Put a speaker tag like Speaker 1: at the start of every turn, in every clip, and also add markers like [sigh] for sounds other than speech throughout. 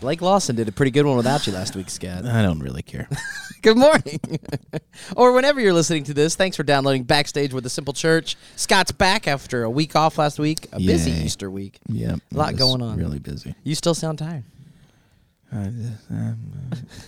Speaker 1: Blake Lawson did a pretty good one without you last week, Scott.
Speaker 2: I don't really [laughs] care.
Speaker 1: [laughs] Good morning. [laughs] or whenever you're listening to this, thanks for downloading Backstage with the Simple Church. Scott's back after a week off last week, a busy
Speaker 2: Yay.
Speaker 1: Easter week.
Speaker 2: yeah,
Speaker 1: A lot
Speaker 2: it was
Speaker 1: going on.
Speaker 2: Really busy.
Speaker 1: You still sound [laughs] tired.
Speaker 2: I just, um,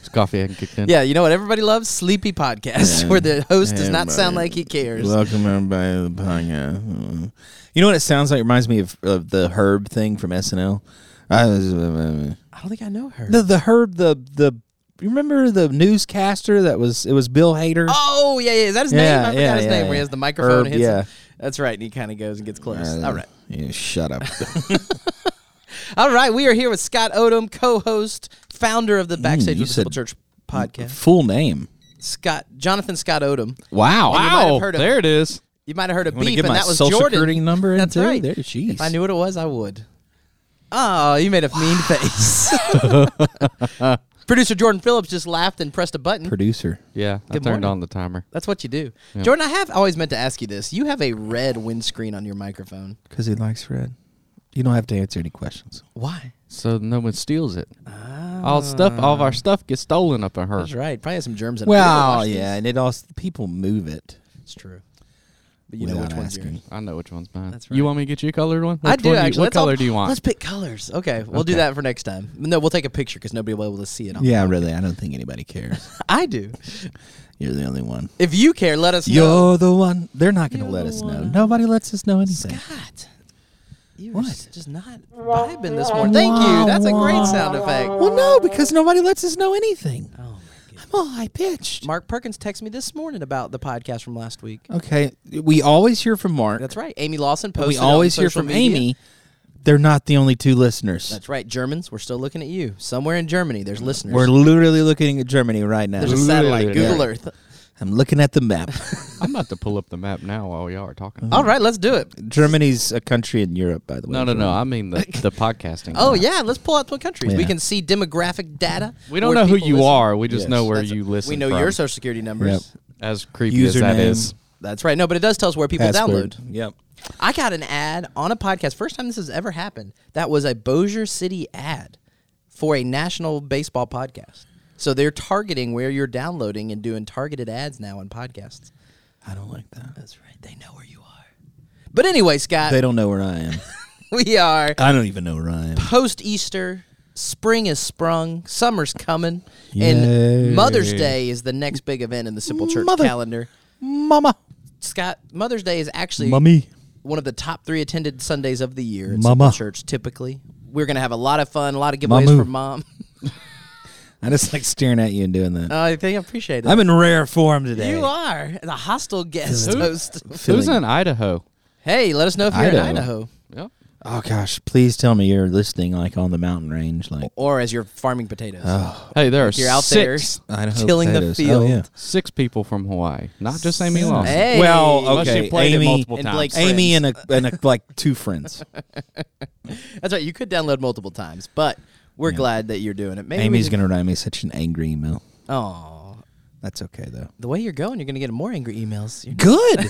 Speaker 3: His coffee hadn't kicked in.
Speaker 1: Yeah, you know what everybody loves? Sleepy podcasts [laughs]
Speaker 2: Yeah.
Speaker 1: where the host does not
Speaker 2: Everybody.
Speaker 1: sound like he cares.
Speaker 2: welcome everybody to the podcast. You know what it sounds like? It reminds me of, of the Herb thing from SNL. I was, uh,
Speaker 1: I don't think I know her.
Speaker 2: the the Herb the the you remember the newscaster that was it was Bill Hader.
Speaker 1: Oh yeah, yeah. Is that his
Speaker 2: Yeah,
Speaker 1: name? I forgot
Speaker 2: yeah,
Speaker 1: his
Speaker 2: yeah,
Speaker 1: name. Where he
Speaker 2: yeah.
Speaker 1: has the microphone.
Speaker 2: Herb,
Speaker 1: hits
Speaker 2: yeah.
Speaker 1: him. that's right. And he kind of goes and gets close.
Speaker 2: Uh,
Speaker 1: All right,
Speaker 2: yeah, shut [laughs] up.
Speaker 1: all right. We are here with Scott Odom, co-host, founder of the Backstage
Speaker 2: Mm, you
Speaker 1: with the Simple
Speaker 2: said-
Speaker 1: Church
Speaker 2: [laughs]
Speaker 1: podcast.
Speaker 2: Full name.
Speaker 1: Scott Jonathan Scott Odom.
Speaker 2: Wow.
Speaker 1: you might have
Speaker 3: Wow,
Speaker 1: heard of-
Speaker 3: there it is.
Speaker 1: You might have heard of
Speaker 2: Want to
Speaker 1: beef,
Speaker 2: give
Speaker 1: and
Speaker 2: my
Speaker 1: that was
Speaker 2: social
Speaker 1: Jordan.
Speaker 2: security number? in
Speaker 1: That's
Speaker 2: too?
Speaker 1: right.
Speaker 2: There, jeez.
Speaker 1: If I knew what it was, I would. Oh, you made a mean face.
Speaker 2: [laughs]
Speaker 1: [laughs] Producer Jordan Phillips just laughed and pressed a button.
Speaker 2: Producer.
Speaker 3: Yeah, I
Speaker 1: Good
Speaker 3: turned
Speaker 1: morning.
Speaker 3: on the timer
Speaker 1: That's what you do. Jordan, I have always meant to ask you this. You have a red windscreen on your microphone.
Speaker 2: Because he likes red. You don't have to answer any questions.
Speaker 1: Why?
Speaker 3: so no one steals it. All stuff, all of our stuff gets stolen up in
Speaker 1: Ah.
Speaker 3: her.
Speaker 1: That's right. Probably has some germs in it.
Speaker 2: Well,
Speaker 1: People wash
Speaker 2: yeah,
Speaker 1: these.
Speaker 2: and it also people move it.
Speaker 1: It's true. But you know which
Speaker 2: without
Speaker 1: one's yours.
Speaker 2: asking.
Speaker 3: I know which one's mine.
Speaker 1: That's right.
Speaker 3: You want me to get you a colored one?
Speaker 1: I
Speaker 3: Which
Speaker 1: do
Speaker 3: one
Speaker 1: actually.
Speaker 3: You, what
Speaker 1: Let's all-
Speaker 3: color do you want?
Speaker 1: Let's pick colors. Okay, we'll do
Speaker 3: Okay.
Speaker 1: that for next time. No, we'll take a picture because nobody will be able to see it. All.
Speaker 2: Yeah, really. I don't think anybody
Speaker 1: [laughs]
Speaker 2: cares.
Speaker 1: I do.
Speaker 2: You're the only one.
Speaker 1: If you care, let us know.
Speaker 2: You're the one. They're not going to
Speaker 1: You're
Speaker 2: let
Speaker 1: the
Speaker 2: us know.
Speaker 1: one.
Speaker 2: Nobody lets us know anything.
Speaker 1: God, you are
Speaker 2: What?
Speaker 1: s- just not vibing this morning. Thank you. That's a great sound effect.
Speaker 2: Well, no, because nobody lets us know anything.
Speaker 1: Oh my goodness.
Speaker 2: I'm all high pitched.
Speaker 1: Mark Perkins texted me this morning about the podcast from last week.
Speaker 2: Okay, we always hear from Mark.
Speaker 1: That's right. Amy Lawson posted.
Speaker 2: we
Speaker 1: it on
Speaker 2: always hear
Speaker 1: social
Speaker 2: from
Speaker 1: media.
Speaker 2: Amy. They're not the only two listeners.
Speaker 1: That's right. Germans, we're still looking at you. Somewhere in Germany, there's listeners.
Speaker 2: We're literally looking at Germany right now.
Speaker 1: there's a satellite,
Speaker 3: Yeah.
Speaker 1: Google Earth.
Speaker 2: I'm looking at
Speaker 1: [laughs]
Speaker 2: the map.
Speaker 3: I'm about to pull up the map now while y'all are talking.
Speaker 1: All right, let's do it.
Speaker 2: Germany's a country in Europe, by the way.
Speaker 3: no, no, no. I mean
Speaker 1: [laughs]
Speaker 3: the, the podcasting.
Speaker 1: Oh
Speaker 3: map.
Speaker 1: yeah, let's pull out some countries. We
Speaker 2: Yeah.
Speaker 1: can see demographic data.
Speaker 3: We don't
Speaker 1: where
Speaker 3: know who
Speaker 1: people
Speaker 3: you
Speaker 1: listen.
Speaker 3: are. We just
Speaker 2: Yes.
Speaker 3: know where
Speaker 1: That's-
Speaker 3: you listen.
Speaker 1: We know
Speaker 3: from.
Speaker 1: your social security numbers.
Speaker 3: as creepy as that
Speaker 2: Username.
Speaker 3: is.
Speaker 1: That's right. No, but it does tell us where people
Speaker 2: password.
Speaker 1: download.
Speaker 2: Yep.
Speaker 1: I got an ad on a podcast. First time this has ever happened. That was a Bossier City ad for a national baseball podcast. So they're targeting where you're downloading and doing targeted ads now on podcasts.
Speaker 2: I don't like that.
Speaker 1: That's right. They know where you are. But anyway, Scott,
Speaker 2: They don't know where I am.
Speaker 1: [laughs] we are
Speaker 2: I don't even know where I am.
Speaker 1: post Easter. Spring is sprung. Summer's coming.
Speaker 2: Yay.
Speaker 1: And Mother's Day is the next big event in the Simple Church
Speaker 2: Mother-
Speaker 1: calendar.
Speaker 2: Mama.
Speaker 1: Scott, Mother's Day is actually
Speaker 2: Mummy.
Speaker 1: one of the top three attended Sundays of the year at
Speaker 2: Mama.
Speaker 1: Simple Church. Typically, we're gonna have a lot of fun, a lot of giveaways
Speaker 2: Mamu.
Speaker 1: for mom. [laughs]
Speaker 2: I just like staring at you and doing that.
Speaker 1: Uh, I think I appreciate it.
Speaker 2: I'm in rare form today.
Speaker 1: you are the hostile guest
Speaker 2: Who?
Speaker 1: host.
Speaker 2: Feeling-
Speaker 3: Who's in Idaho?
Speaker 1: Hey, let us know if you're in
Speaker 2: Idaho.
Speaker 1: Idaho
Speaker 3: Yep.
Speaker 2: Oh gosh, please tell me you're listening like on the mountain range, like
Speaker 1: or as you're farming potatoes.
Speaker 2: Oh.
Speaker 3: Hey, there are
Speaker 1: You're out there
Speaker 3: six
Speaker 2: Idaho
Speaker 1: tilling the
Speaker 2: potatoes.
Speaker 1: field.
Speaker 2: Oh, yeah.
Speaker 3: six people from Hawaii, not just Amy
Speaker 2: Seven.
Speaker 3: Lawson.
Speaker 1: Hey.
Speaker 2: Well,
Speaker 1: Unless
Speaker 2: okay,
Speaker 4: you played it
Speaker 2: Amy,
Speaker 4: multiple
Speaker 1: And
Speaker 4: times.
Speaker 1: Blake-
Speaker 2: Amy and a and a, like
Speaker 1: [laughs]
Speaker 2: two friends.
Speaker 1: That's right. You could download multiple times, but we're glad that you're doing it. Maybe
Speaker 2: Amy's gonna write me such an angry email.
Speaker 1: Oh,
Speaker 2: That's okay though.
Speaker 1: the way you're going, you're gonna get more angry emails. You're-
Speaker 2: Good,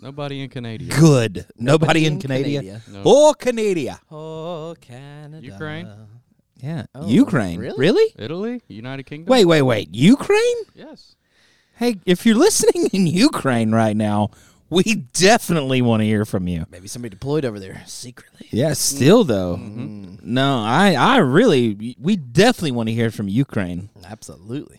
Speaker 3: Nobody in Canada.
Speaker 2: [laughs] good. Nobody, in
Speaker 1: in
Speaker 2: Canada.
Speaker 1: Canada.
Speaker 3: No.
Speaker 2: Oh, Canada.
Speaker 1: Oh, Canada.
Speaker 3: Ukraine?
Speaker 2: Yeah,
Speaker 1: Oh,
Speaker 2: Ukraine.
Speaker 1: really?
Speaker 3: Italy, United Kingdom.
Speaker 2: Wait, wait, wait. Ukraine?
Speaker 3: Yes.
Speaker 2: Hey, if you're listening in Ukraine right now, we definitely want to hear from you.
Speaker 1: Maybe somebody deployed over there secretly.
Speaker 2: Yeah, still though. Mm-hmm. No, I I really we definitely want to hear from Ukraine.
Speaker 1: Absolutely.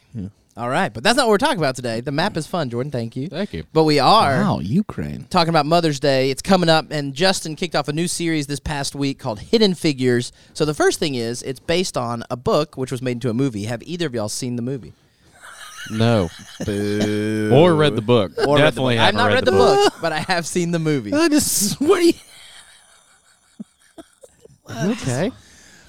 Speaker 1: All right, but that's not what we're talking about today. The map is fun, Jordan. Thank you.
Speaker 3: Thank you.
Speaker 1: But we are
Speaker 2: Wow, Ukraine.
Speaker 1: talking about Mother's Day. It's coming up, and Justin kicked off a new series this past week called Hidden Figures. So the first thing is, it's based on a book which was made into a movie. Have either of y'all seen the movie?
Speaker 3: No. Or read the book.
Speaker 1: Or read the
Speaker 3: Definitely
Speaker 1: book? I've
Speaker 3: haven't
Speaker 1: not read, the
Speaker 3: book.
Speaker 1: book, but I have seen the
Speaker 2: [laughs]
Speaker 1: movie.
Speaker 2: I just what are you
Speaker 3: Okay.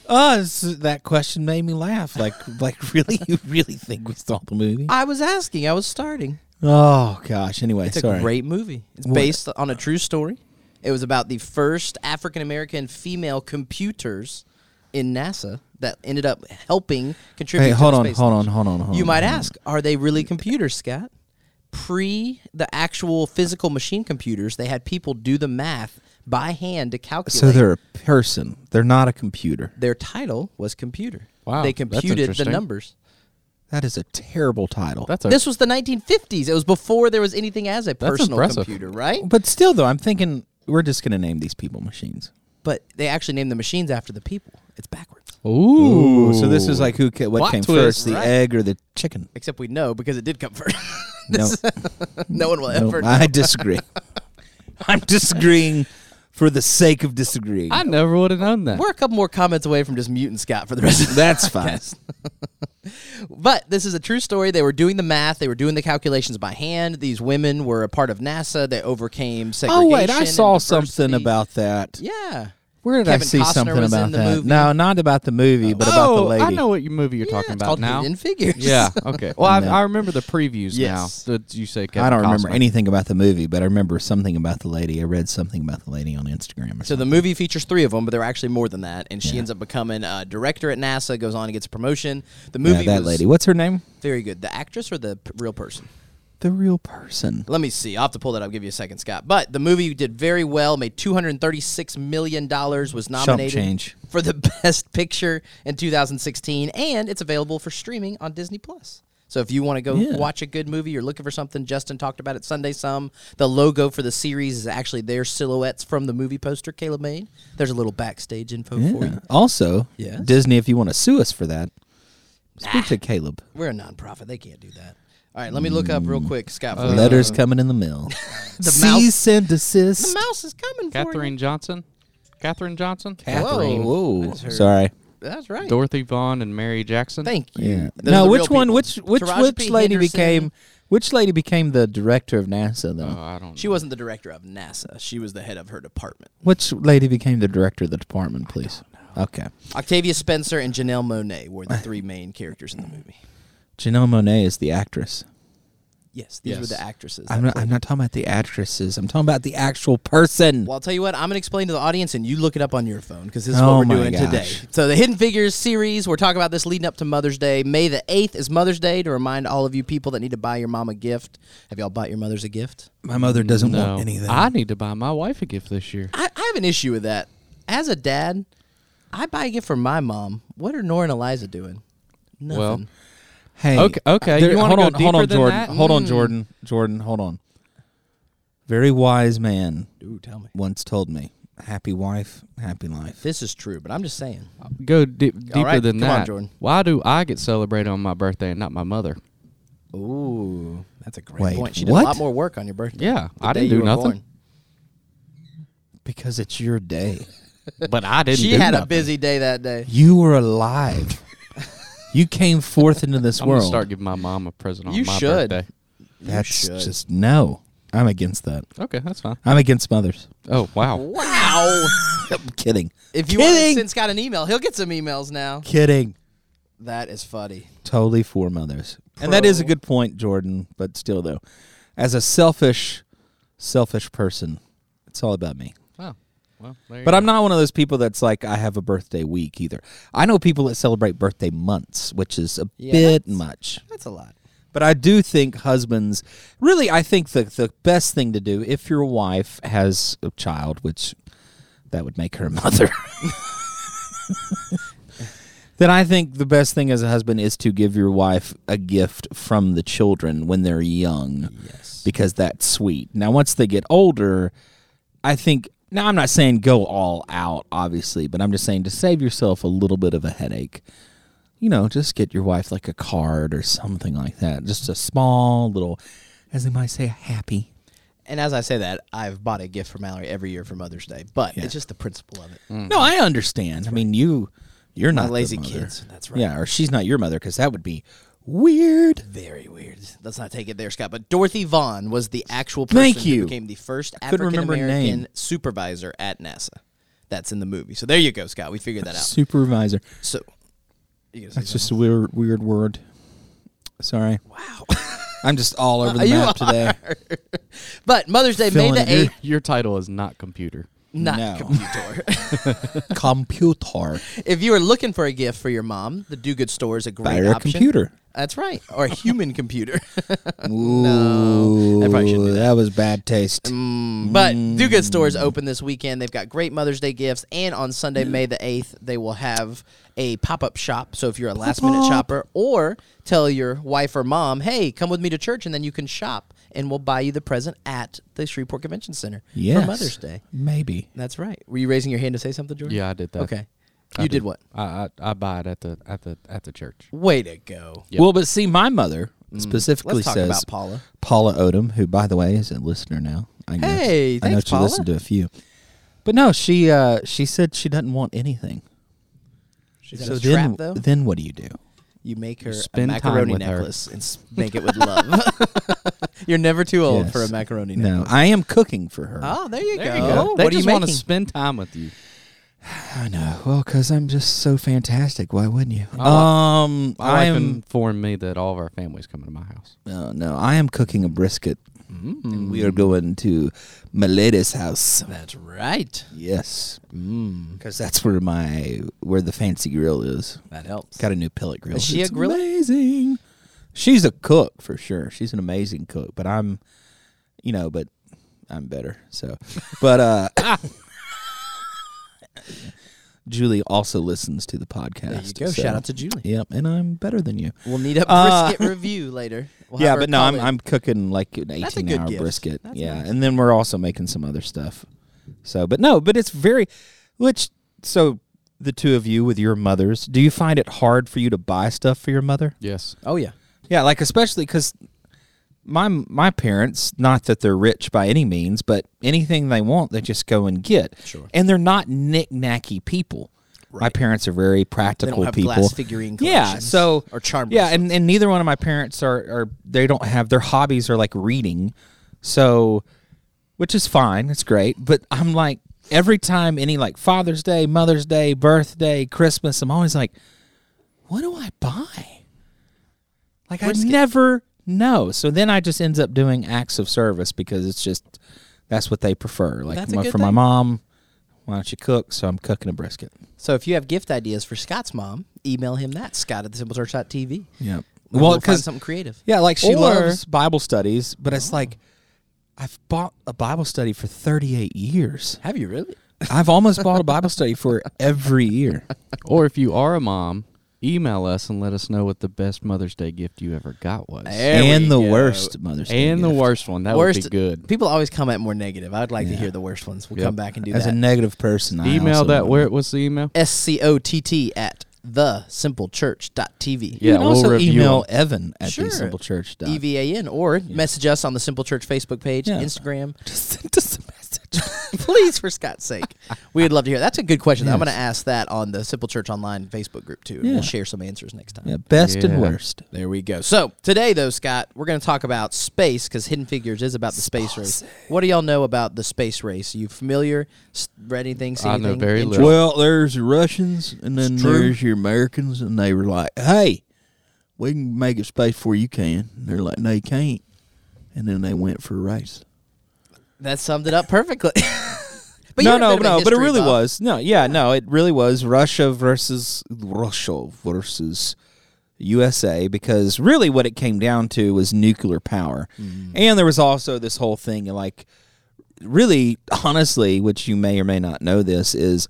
Speaker 2: Oh, this- that question made me laugh. Like [laughs] like really you really think we saw the movie?
Speaker 1: I was asking. I was starting.
Speaker 2: Oh gosh. Anyway,
Speaker 1: It's
Speaker 2: sorry.
Speaker 1: a great movie. It's based on a true story. It was about the first African American female computers in NASA that ended up helping contribute.
Speaker 2: Hey,
Speaker 1: to
Speaker 2: hold
Speaker 1: the
Speaker 2: on,
Speaker 1: space
Speaker 2: hold on,
Speaker 1: launch.
Speaker 2: hold on, hold on.
Speaker 1: You might
Speaker 2: hold on.
Speaker 1: ask, are they really computers, Scott? Pre the actual physical machine computers, they had people do the math by hand to calculate.
Speaker 2: So they're a person. They're not a computer.
Speaker 1: their title was computer.
Speaker 3: Wow,
Speaker 1: they
Speaker 3: that's
Speaker 1: computed the
Speaker 3: interesting.
Speaker 1: numbers.
Speaker 2: That is a terrible title.
Speaker 3: That's a
Speaker 1: this was the 1950s. It was before there was anything as a
Speaker 3: That's
Speaker 1: personal
Speaker 3: impressive.
Speaker 1: computer, right?
Speaker 2: but still, though, I'm thinking we're just going to name these people machines.
Speaker 1: But they actually named the machines after the people. It's backwards.
Speaker 3: ooh.
Speaker 2: So this is like who ca- what
Speaker 3: Plot
Speaker 2: came
Speaker 3: twist,
Speaker 2: first, the
Speaker 1: right.
Speaker 2: egg or the
Speaker 1: [laughs]
Speaker 2: chicken?
Speaker 1: Except we know because it did come [laughs] first.
Speaker 2: No,
Speaker 1: no one will
Speaker 2: no,
Speaker 1: ever. know.
Speaker 2: I disagree. [laughs] I'm disagreeing for the sake of disagreeing.
Speaker 3: I never would have known that.
Speaker 1: We're a couple more comments away from just muting Scott for the rest of the [laughs]
Speaker 2: That's fine.
Speaker 1: But this is a true story. They were doing the math. They were doing the calculations by hand. These women were a part of NASA. They overcame
Speaker 2: Oh
Speaker 1: segregation.
Speaker 2: wait, I
Speaker 1: and
Speaker 2: saw
Speaker 1: diversity.
Speaker 2: something about that.
Speaker 1: Yeah.
Speaker 2: Where did I
Speaker 1: Kevin
Speaker 2: see
Speaker 1: Costner
Speaker 2: something
Speaker 1: was
Speaker 2: about
Speaker 1: in the
Speaker 2: that?
Speaker 1: movie.
Speaker 2: No, not about the movie, but about the
Speaker 3: Oh,
Speaker 2: lady.
Speaker 3: I know what you- movie you're
Speaker 1: Yeah,
Speaker 3: talking
Speaker 1: it's
Speaker 3: about
Speaker 1: called
Speaker 3: now.
Speaker 1: Hidden Figures. [laughs]
Speaker 3: Yeah. Okay. Well, I,
Speaker 2: No.
Speaker 3: I remember the previews
Speaker 1: Yes.
Speaker 3: now. Did you say? Kevin
Speaker 2: I don't remember
Speaker 3: Costner.
Speaker 2: anything about the movie, but I remember something about the lady. I read something about the lady on Instagram. Or
Speaker 1: So
Speaker 2: something.
Speaker 1: the movie features three of them, but there were actually more than that. And she ends up becoming a director at NASA, goes on and gets a promotion. The movie
Speaker 2: yeah, that
Speaker 1: was
Speaker 2: lady. What's her name?
Speaker 1: very good. The actress or the p- real person?
Speaker 2: The real person.
Speaker 1: Let me see. I'll have to pull that up. Give you a second, Scott. But the movie did very well. Made two hundred thirty-six million dollars. Was nominated
Speaker 2: change.
Speaker 1: for the [laughs] Best Picture in 2016, and it's available for streaming on Disney Plus. So if you want to go
Speaker 2: Yeah.
Speaker 1: watch a good movie, you're looking for something. Justin talked about it Sunday. Some the logo for the series is actually their silhouettes from the movie poster Caleb made. There's a little backstage info for
Speaker 2: Yeah.
Speaker 1: you.
Speaker 2: Also,
Speaker 1: Yes.
Speaker 2: Disney, if you want to sue us for that, speak to Caleb.
Speaker 1: We're a nonprofit; they can't do that. All right, let me look up real quick, Scott. for you.
Speaker 2: Mm. Letters coming in the mail.
Speaker 1: Uh, [laughs] The
Speaker 2: Cease and
Speaker 1: the
Speaker 2: desist.
Speaker 1: mouse is coming for you.
Speaker 3: Catherine Johnson. Catherine Johnson.
Speaker 2: Catherine.
Speaker 1: Whoa.
Speaker 2: Whoa.
Speaker 1: That's her.
Speaker 2: Sorry.
Speaker 1: That's right.
Speaker 3: Dorothy Vaughn and Mary Jackson.
Speaker 1: Thank you.
Speaker 2: Yeah.
Speaker 1: Those are
Speaker 2: No,
Speaker 1: the
Speaker 2: which
Speaker 1: real
Speaker 2: one?
Speaker 1: people.
Speaker 2: Which which
Speaker 1: Taraji
Speaker 2: which
Speaker 1: P.
Speaker 2: lady
Speaker 1: Henderson.
Speaker 2: became? Which lady became the director of NASA though?
Speaker 3: Oh,
Speaker 1: Uh,
Speaker 3: I don't.
Speaker 1: She wasn't the director of NASA. She was the head of her department.
Speaker 2: Which lady became the director of the department, please? Okay.
Speaker 1: Octavia Spencer and Janelle Monet were the three main characters in the movie.
Speaker 2: Janelle Monet is the actress.
Speaker 1: Yes, these were
Speaker 3: Yes.
Speaker 1: the actresses.
Speaker 2: I'm not, I'm not talking about the actresses. I'm talking about the actual person.
Speaker 1: well, I'll tell you what. I'm going to explain to the audience, and you look it up on your phone because this is what
Speaker 2: Oh
Speaker 1: we're
Speaker 2: my
Speaker 1: doing today.
Speaker 2: gosh.
Speaker 1: So, the Hidden Figures series, we're talking about this leading up to Mother's Day. May the 8th is Mother's Day to remind all of you people that need to buy your mom a gift. Have y'all bought your mothers a gift?
Speaker 2: My mother doesn't
Speaker 3: No.
Speaker 2: want anything.
Speaker 3: I need to buy my wife a gift this year.
Speaker 1: I, I have an issue with that. As a dad, I buy a gift for my mom. What are Nora and Eliza doing? Nothing.
Speaker 3: Well,
Speaker 2: hey,
Speaker 3: Okay- okay, you wanna
Speaker 2: hold
Speaker 3: go
Speaker 2: on, hold
Speaker 3: deeper
Speaker 2: on,
Speaker 3: than
Speaker 2: Jordan,
Speaker 3: that? Hmm.
Speaker 2: hold on, Jordan, Jordan, hold on. Very wise man
Speaker 1: Ooh, tell me.
Speaker 2: once told me, "Happy wife, happy life."
Speaker 1: This is true, but I'm just saying.
Speaker 3: Go deep, deeper
Speaker 1: right,
Speaker 3: than
Speaker 1: come on,
Speaker 3: that.
Speaker 1: Jordan.
Speaker 3: Why do I get celebrated on my birthday and not my mother?
Speaker 1: Ooh, that's a great
Speaker 2: Wait,
Speaker 1: point. She did
Speaker 2: what?
Speaker 1: a lot more work on your birthday.
Speaker 3: Yeah,
Speaker 1: the
Speaker 3: I didn't
Speaker 1: day
Speaker 3: do
Speaker 1: you were
Speaker 3: nothing.
Speaker 1: born.
Speaker 2: Because it's your day.
Speaker 3: But I didn't.
Speaker 1: She
Speaker 3: do
Speaker 1: had a
Speaker 3: nothing.
Speaker 1: busy day that day.
Speaker 2: You were alive. you came forth into this
Speaker 3: I'm
Speaker 2: world.
Speaker 3: gonna start giving my mom a present on
Speaker 1: You
Speaker 3: my
Speaker 1: should.
Speaker 3: birthday.
Speaker 2: That's
Speaker 1: should.
Speaker 2: just no. I'm against that.
Speaker 3: Okay, that's fine.
Speaker 2: I'm against mothers.
Speaker 3: Oh wow,
Speaker 1: Wow.
Speaker 2: I'm kidding.
Speaker 1: if you want to
Speaker 2: kidding,
Speaker 1: send Scott an email, he'll get some emails now.
Speaker 2: kidding.
Speaker 1: That is funny.
Speaker 2: Totally for mothers, and that is a
Speaker 1: Pro.
Speaker 2: good point, Jordan. But still, though, as a selfish, selfish person, it's all about me.
Speaker 3: wow. Well, there you
Speaker 2: But
Speaker 3: go.
Speaker 2: I'm not one of those people that's like I have a birthday week either. I know people that celebrate birthday months, which is a
Speaker 1: Yeah,
Speaker 2: bit
Speaker 1: that's-
Speaker 2: much.
Speaker 1: That's a lot.
Speaker 2: But I do think husbands really I think the the best thing to do if your wife has a child, which that would make her a mother. [laughs] then I think the best thing as a husband is to give your wife a gift from the children when they're young
Speaker 1: Yes.
Speaker 2: because that's sweet. Now, once they get older, I think. Now, I'm not saying go all out, obviously, but I'm just saying to save yourself a little bit of a headache, you know, just get your wife like a card or something like that. Just a small little, as they might say, happy.
Speaker 1: And as I say that, I've bought a gift for Mallory every year for Mother's Day, but it's just the principle of it.
Speaker 2: No, I understand. I mean, you, you're not the
Speaker 1: lazy
Speaker 2: mother.
Speaker 1: kids, that's right.
Speaker 2: Yeah, or she's not your mother because that would be weird.
Speaker 1: Very weird. Let's not take it there, Scott. But Dorothy Vaughn was the actual person
Speaker 2: Thank
Speaker 1: who
Speaker 2: you.
Speaker 1: became the first
Speaker 2: couldn't
Speaker 1: African
Speaker 2: remember her name.
Speaker 1: American supervisor at NASA. That's in the movie. So there you go, Scott. We figured that out.
Speaker 2: Supervisor.
Speaker 1: So you [laughs] gonna say
Speaker 2: That's just a weird, weird word. Sorry. Wow. I'm just all over
Speaker 1: [laughs]
Speaker 2: the
Speaker 1: You
Speaker 2: map today.
Speaker 1: something? But Mother's Day, May
Speaker 2: Filling
Speaker 1: the
Speaker 2: it. You're-
Speaker 1: eighth.
Speaker 3: Your title is not computer.
Speaker 1: Not
Speaker 2: No.
Speaker 1: computer. [laughs]
Speaker 2: Computer.
Speaker 1: if you are looking for a gift for your mom, the Do Good Store is a great
Speaker 2: Buy her a
Speaker 1: option.
Speaker 2: computer.
Speaker 1: That's right, or a human computer.
Speaker 2: Ooh,
Speaker 1: I probably shouldn't do Mm,
Speaker 2: that. was bad taste.
Speaker 1: But
Speaker 2: Mm.
Speaker 1: Do Good Store is open this weekend. They've got great Mother's Day gifts, and on Sunday, May the eighth, they will have a pop up shop. So if you're a last minute shopper, or tell your wife or mom, "Hey, come with me to church," and then you can shop, and we'll buy you the present at the Shreveport Convention Center
Speaker 2: Yes.
Speaker 1: for Mother's Day.
Speaker 2: Maybe.
Speaker 1: That's right. Were you raising your hand to say something, Jordan?
Speaker 3: Yeah, I did that.
Speaker 1: Okay.
Speaker 3: I
Speaker 1: you did what?
Speaker 3: I, I I buy it at the at the at the church.
Speaker 1: Way to go.
Speaker 3: Yep.
Speaker 2: Well, but see, my mother specifically
Speaker 1: Mm. Let's talk
Speaker 2: says
Speaker 1: about Paula.
Speaker 2: Paula Odom, who by the way is a listener now. I guess.
Speaker 1: Hey,
Speaker 2: I know
Speaker 1: thanks,
Speaker 2: she
Speaker 1: Paula.
Speaker 2: listened to a few. But no, she uh, she said she doesn't want anything.
Speaker 1: She's
Speaker 2: so
Speaker 1: a
Speaker 2: then,
Speaker 1: trap, though.
Speaker 2: then what do you do?
Speaker 1: You make her
Speaker 3: spend
Speaker 1: a
Speaker 3: time
Speaker 1: macaroni
Speaker 3: with her.
Speaker 1: necklace and s- make it with
Speaker 2: [laughs]
Speaker 1: love. [laughs] You're never too old
Speaker 2: Yes.
Speaker 1: Oh, for a macaroni
Speaker 2: No,
Speaker 1: necklace.
Speaker 2: I am cooking for her.
Speaker 1: Oh, there you go.
Speaker 3: They
Speaker 1: What are you
Speaker 3: just want to
Speaker 1: making?
Speaker 3: spend time with you.
Speaker 2: I know. Well, because I'm just so fantastic. Why wouldn't you?
Speaker 1: Oh,
Speaker 3: My wi-
Speaker 2: um,
Speaker 3: My wife
Speaker 2: I'm.
Speaker 3: informed me that all of our family's coming to my house.
Speaker 2: No, no, I am cooking a brisket.
Speaker 1: Mm.
Speaker 2: And we are going to my lady's house.
Speaker 1: That's right.
Speaker 2: Yes,
Speaker 1: Mm.
Speaker 2: because that's where my where the fancy grill is.
Speaker 1: That helps.
Speaker 2: Got a new pellet grill.
Speaker 1: Is she a
Speaker 2: It's
Speaker 1: griller?
Speaker 2: Amazing. She's a cook for sure. She's an amazing cook, but I'm, you know, but I'm better.
Speaker 1: [laughs]
Speaker 2: So, but uh, [coughs] Julie also listens to the podcast.
Speaker 1: There you go.
Speaker 2: so-
Speaker 1: Shout out to Julie.
Speaker 2: Yep, and I'm better than you.
Speaker 1: We'll need a
Speaker 2: Uh,
Speaker 1: brisket review later. We'll
Speaker 2: yeah,
Speaker 1: have her
Speaker 2: but no, I'm,
Speaker 1: comment.
Speaker 2: I'm cooking like an
Speaker 1: That's a
Speaker 2: 18
Speaker 1: good
Speaker 2: hour
Speaker 1: gift.
Speaker 2: brisket.
Speaker 1: That's
Speaker 2: yeah,
Speaker 1: nice.
Speaker 2: and then we're also making some other stuff. So, but no, but it's very, which so the two of you with your mothers, do you find it hard for you to buy stuff for your mother?
Speaker 3: Yes.
Speaker 1: Oh yeah.
Speaker 2: Yeah, like especially because my my parents, not that they're rich by any means, but anything they want, they just go and get.
Speaker 1: Sure.
Speaker 2: And they're not knick-knacky people. My parents are very
Speaker 1: They
Speaker 2: practical
Speaker 1: don't have
Speaker 2: people.
Speaker 1: glass figurine
Speaker 2: yeah,
Speaker 1: collections
Speaker 2: so
Speaker 1: or charm.
Speaker 2: Yeah, and, and neither one of my parents are, are they don't have their hobbies are like reading, so which is fine, it's great. But I'm like every time any like Father's Day, Mother's Day, birthday, Christmas, I'm always like, what do I buy? Like I never know. So then I just ends up doing acts of service because it's just that's what they prefer. Like
Speaker 1: That's a
Speaker 2: my,
Speaker 1: good
Speaker 2: for my
Speaker 1: thing.
Speaker 2: mom, why don't you cook? So I'm cooking a brisket.
Speaker 1: so if you have gift ideas for Scott's mom, email him that Scott at the TV.
Speaker 2: Yeah.
Speaker 1: Well,
Speaker 2: Well,
Speaker 1: we'll find
Speaker 2: because
Speaker 1: something creative.
Speaker 2: yeah, like she
Speaker 1: Or-
Speaker 2: loves Bible studies, but it's like I've bought a Bible study for 38 years.
Speaker 1: Have you really?
Speaker 2: I've almost bought a Bible study for every
Speaker 3: [laughs]
Speaker 2: year.
Speaker 3: Or if you are a mom, email us and let us know what the best Mother's Day gift you ever got was.
Speaker 1: There we
Speaker 2: and the
Speaker 1: go.
Speaker 2: worst Mother's Day.
Speaker 3: And the
Speaker 2: gift.
Speaker 3: worst one. That
Speaker 1: worst
Speaker 3: would be good.
Speaker 1: People always comment more negative. I'd like to hear the worst ones. We'll come back and do
Speaker 2: As
Speaker 1: that.
Speaker 2: a negative person, I
Speaker 3: Email
Speaker 2: also
Speaker 3: that
Speaker 2: don't
Speaker 3: where it was the email?
Speaker 1: S-C-O-T-T at thesimplechurch.tv.
Speaker 3: Yeah,
Speaker 2: you can
Speaker 3: we'll
Speaker 2: also
Speaker 3: review E
Speaker 2: email
Speaker 3: 'em.
Speaker 2: Evan at
Speaker 1: Sure.
Speaker 2: the Simple Church.
Speaker 1: E E-V-A-N. Or message us on the Simple Church Facebook page,
Speaker 2: Yeah.
Speaker 1: Instagram.
Speaker 2: [laughs]
Speaker 1: [laughs]
Speaker 2: Just send us a
Speaker 3: [laughs]
Speaker 2: message.
Speaker 1: Please, for Scott's
Speaker 2: [laughs]
Speaker 1: sake. We would love to hear. That's a good question. I'm
Speaker 2: Yes.
Speaker 1: going to ask that on the Simple Church Online Facebook group, too. And
Speaker 2: Yeah.
Speaker 1: We'll share some answers next time.
Speaker 2: yeah, best
Speaker 3: Yeah.
Speaker 2: and worst.
Speaker 1: There we go. So, today, though, Scott, we're going to talk about space because Hidden Figures is about the space race. What do y'all know about the space race? You familiar? S- Read anything? See
Speaker 3: I know
Speaker 1: anything?
Speaker 3: very
Speaker 1: Interested?
Speaker 3: little.
Speaker 2: Well, there's the Russians, and then
Speaker 1: It's true.
Speaker 2: there's your Americans, and they were like, "Hey, we can make it space before you can." And they're like, "No, you can't." And then they went for a race.
Speaker 1: That summed it up perfectly. [laughs] but you're
Speaker 2: no,
Speaker 1: a
Speaker 2: no,
Speaker 1: bit of a
Speaker 2: no, but it
Speaker 1: history
Speaker 2: really
Speaker 1: buff.
Speaker 2: was. No, yeah, no, it really was Russia versus Russia versus USA because really what it came down to was nuclear power.
Speaker 1: Mm.
Speaker 2: And there was also this whole thing like really honestly, which you may or may not know this is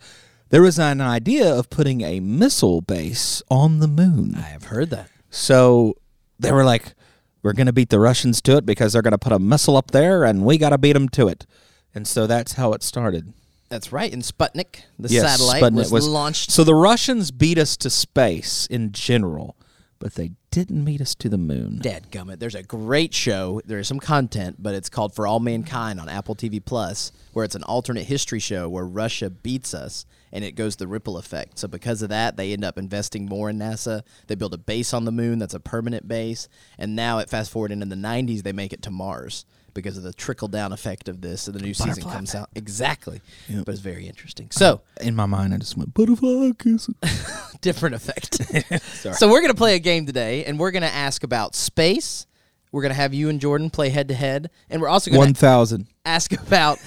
Speaker 2: there was an idea of putting a missile base on the moon.
Speaker 1: I have heard that.
Speaker 2: So they were like, we're going to beat the Russians to it because they're going to put a missile up there and we got to beat them to it. And so that's how it started.
Speaker 1: That's right. And Sputnik, the
Speaker 2: Yes,
Speaker 1: satellite,
Speaker 2: Sputnik
Speaker 1: was,
Speaker 2: was-
Speaker 1: launched.
Speaker 2: So the Russians beat us to space in general, but they didn't beat us to the moon.
Speaker 1: Dadgummit. There's a great show. There is some content, but it's called For All Mankind on Apple TV Plus, where it's an alternate history show where Russia beats us and it goes the ripple effect. So because of that, they end up investing more in NASA. They build a base on the moon that's a permanent base. And now it fast forward into the 90s, they make it to Mars because of the trickle down effect of this. And the new season comes out. Exactly. But it's very interesting. So.
Speaker 2: In my mind, I just went butterfly kisses.
Speaker 1: [laughs] different effect.
Speaker 2: [laughs]
Speaker 1: [laughs] So we're gonna play a game today, and we're gonna ask about space. [laughs] We're gonna have you and Jordan play head to head, and we're also gonna
Speaker 2: One thousand.
Speaker 1: ask about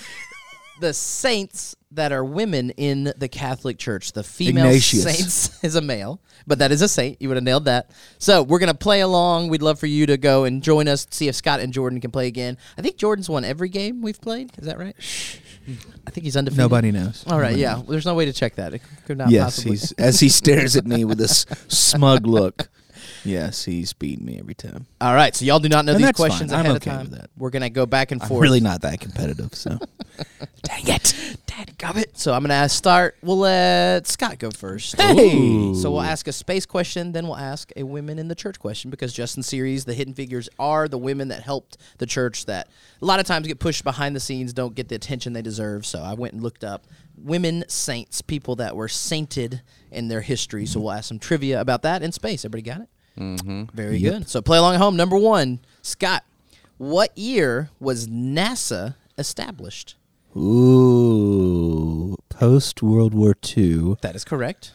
Speaker 1: the saints that are women in the Catholic Church. The female
Speaker 2: Ignatius.
Speaker 1: saints [laughs] is a male, but that is a saint. You would have nailed that. So we're gonna play along. We'd love for you to go and join us. See if Scott and Jordan can play again. I think Jordan's won every game we've played. Is that right? I think he's undefeated.
Speaker 2: Nobody knows.
Speaker 1: All right. Yeah. There's no way to check that. It could not
Speaker 2: yes,
Speaker 1: possibly.
Speaker 2: he's as he stares at me
Speaker 1: [laughs]
Speaker 2: with this smug look. Yes, he's beating me every time.
Speaker 1: All right. So y'all do not know
Speaker 2: And
Speaker 1: these
Speaker 2: that's fine.
Speaker 1: questions
Speaker 2: I'm
Speaker 1: ahead
Speaker 2: okay
Speaker 1: of time.
Speaker 2: with that.
Speaker 1: We're gonna go back and
Speaker 2: I'm
Speaker 1: forth.
Speaker 2: really not that competitive, so
Speaker 1: [laughs] Dang it. Dad gubbit. So I'm going to start. We'll let Scott go first.
Speaker 2: Hey!
Speaker 1: Ooh. So we'll ask a space question, then we'll ask a women in the church question because Justin Series, the Hidden Figures, are the women that helped the church that a lot of times get pushed behind the scenes, don't get the attention they deserve. So I went and looked up women saints, people that were sainted in their history. So we'll ask some trivia about that in space. Everybody got it? Mm-hmm. Very
Speaker 2: Yep.
Speaker 1: good. So play along at home. Number one, Scott, what year was NASA established?
Speaker 2: Ooh. Post World War II.
Speaker 1: That is correct.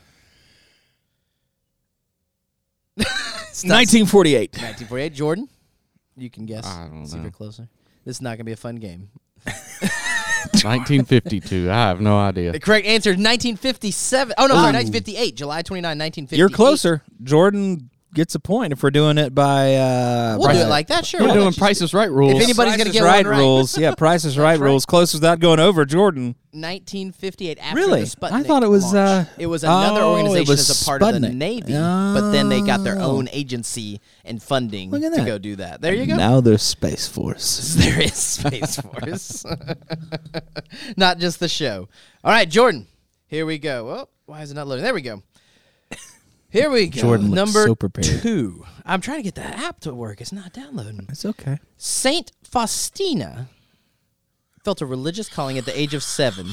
Speaker 2: 1948.
Speaker 1: 1948. Jordan, you can guess.
Speaker 3: I don't
Speaker 1: See if
Speaker 3: know.
Speaker 1: you're closer. This is not going to be a fun game.
Speaker 3: 1952. I have no idea.
Speaker 1: The correct answer is 1957. Oh, no, sorry,
Speaker 2: Ooh.
Speaker 1: 1958. July 29, 1958.
Speaker 2: You're closer. Jordan gets a point if we're doing it by uh
Speaker 1: We'll
Speaker 2: price
Speaker 1: do it
Speaker 2: is-
Speaker 1: like that, sure.
Speaker 3: We're
Speaker 1: I'll
Speaker 3: doing
Speaker 1: let you-
Speaker 3: Price is Right rules.
Speaker 1: If anybody's
Speaker 2: Price
Speaker 1: gonna
Speaker 2: is
Speaker 1: get one
Speaker 2: right
Speaker 1: right.
Speaker 2: rules.
Speaker 1: [laughs]
Speaker 2: Yeah, Price is right, rules. Close without going over Jordan.
Speaker 1: 1958 after
Speaker 2: Really?
Speaker 1: the Sputnik
Speaker 2: I thought it was,
Speaker 1: launch.
Speaker 2: uh,
Speaker 1: it was another
Speaker 2: oh, it
Speaker 1: organization
Speaker 2: was
Speaker 1: as a part of the
Speaker 2: Sputnik.
Speaker 1: Navy, but then they got their
Speaker 2: Oh.
Speaker 1: own agency and funding
Speaker 2: Look at
Speaker 1: to
Speaker 2: that.
Speaker 1: go do that. There you go.
Speaker 2: Now there's Space Force.
Speaker 1: [laughs] There is Space Force. [laughs] not just the show. All right, Jordan. Here we go. Oh, why is it not loading? There we
Speaker 2: [laughs]
Speaker 1: go. Here we go.
Speaker 2: Jordan looks
Speaker 1: Number
Speaker 2: so prepared.
Speaker 1: two. I'm trying to get that app to work. It's not downloading.
Speaker 2: It's okay.
Speaker 1: Saint Faustina felt a religious calling at the age of seven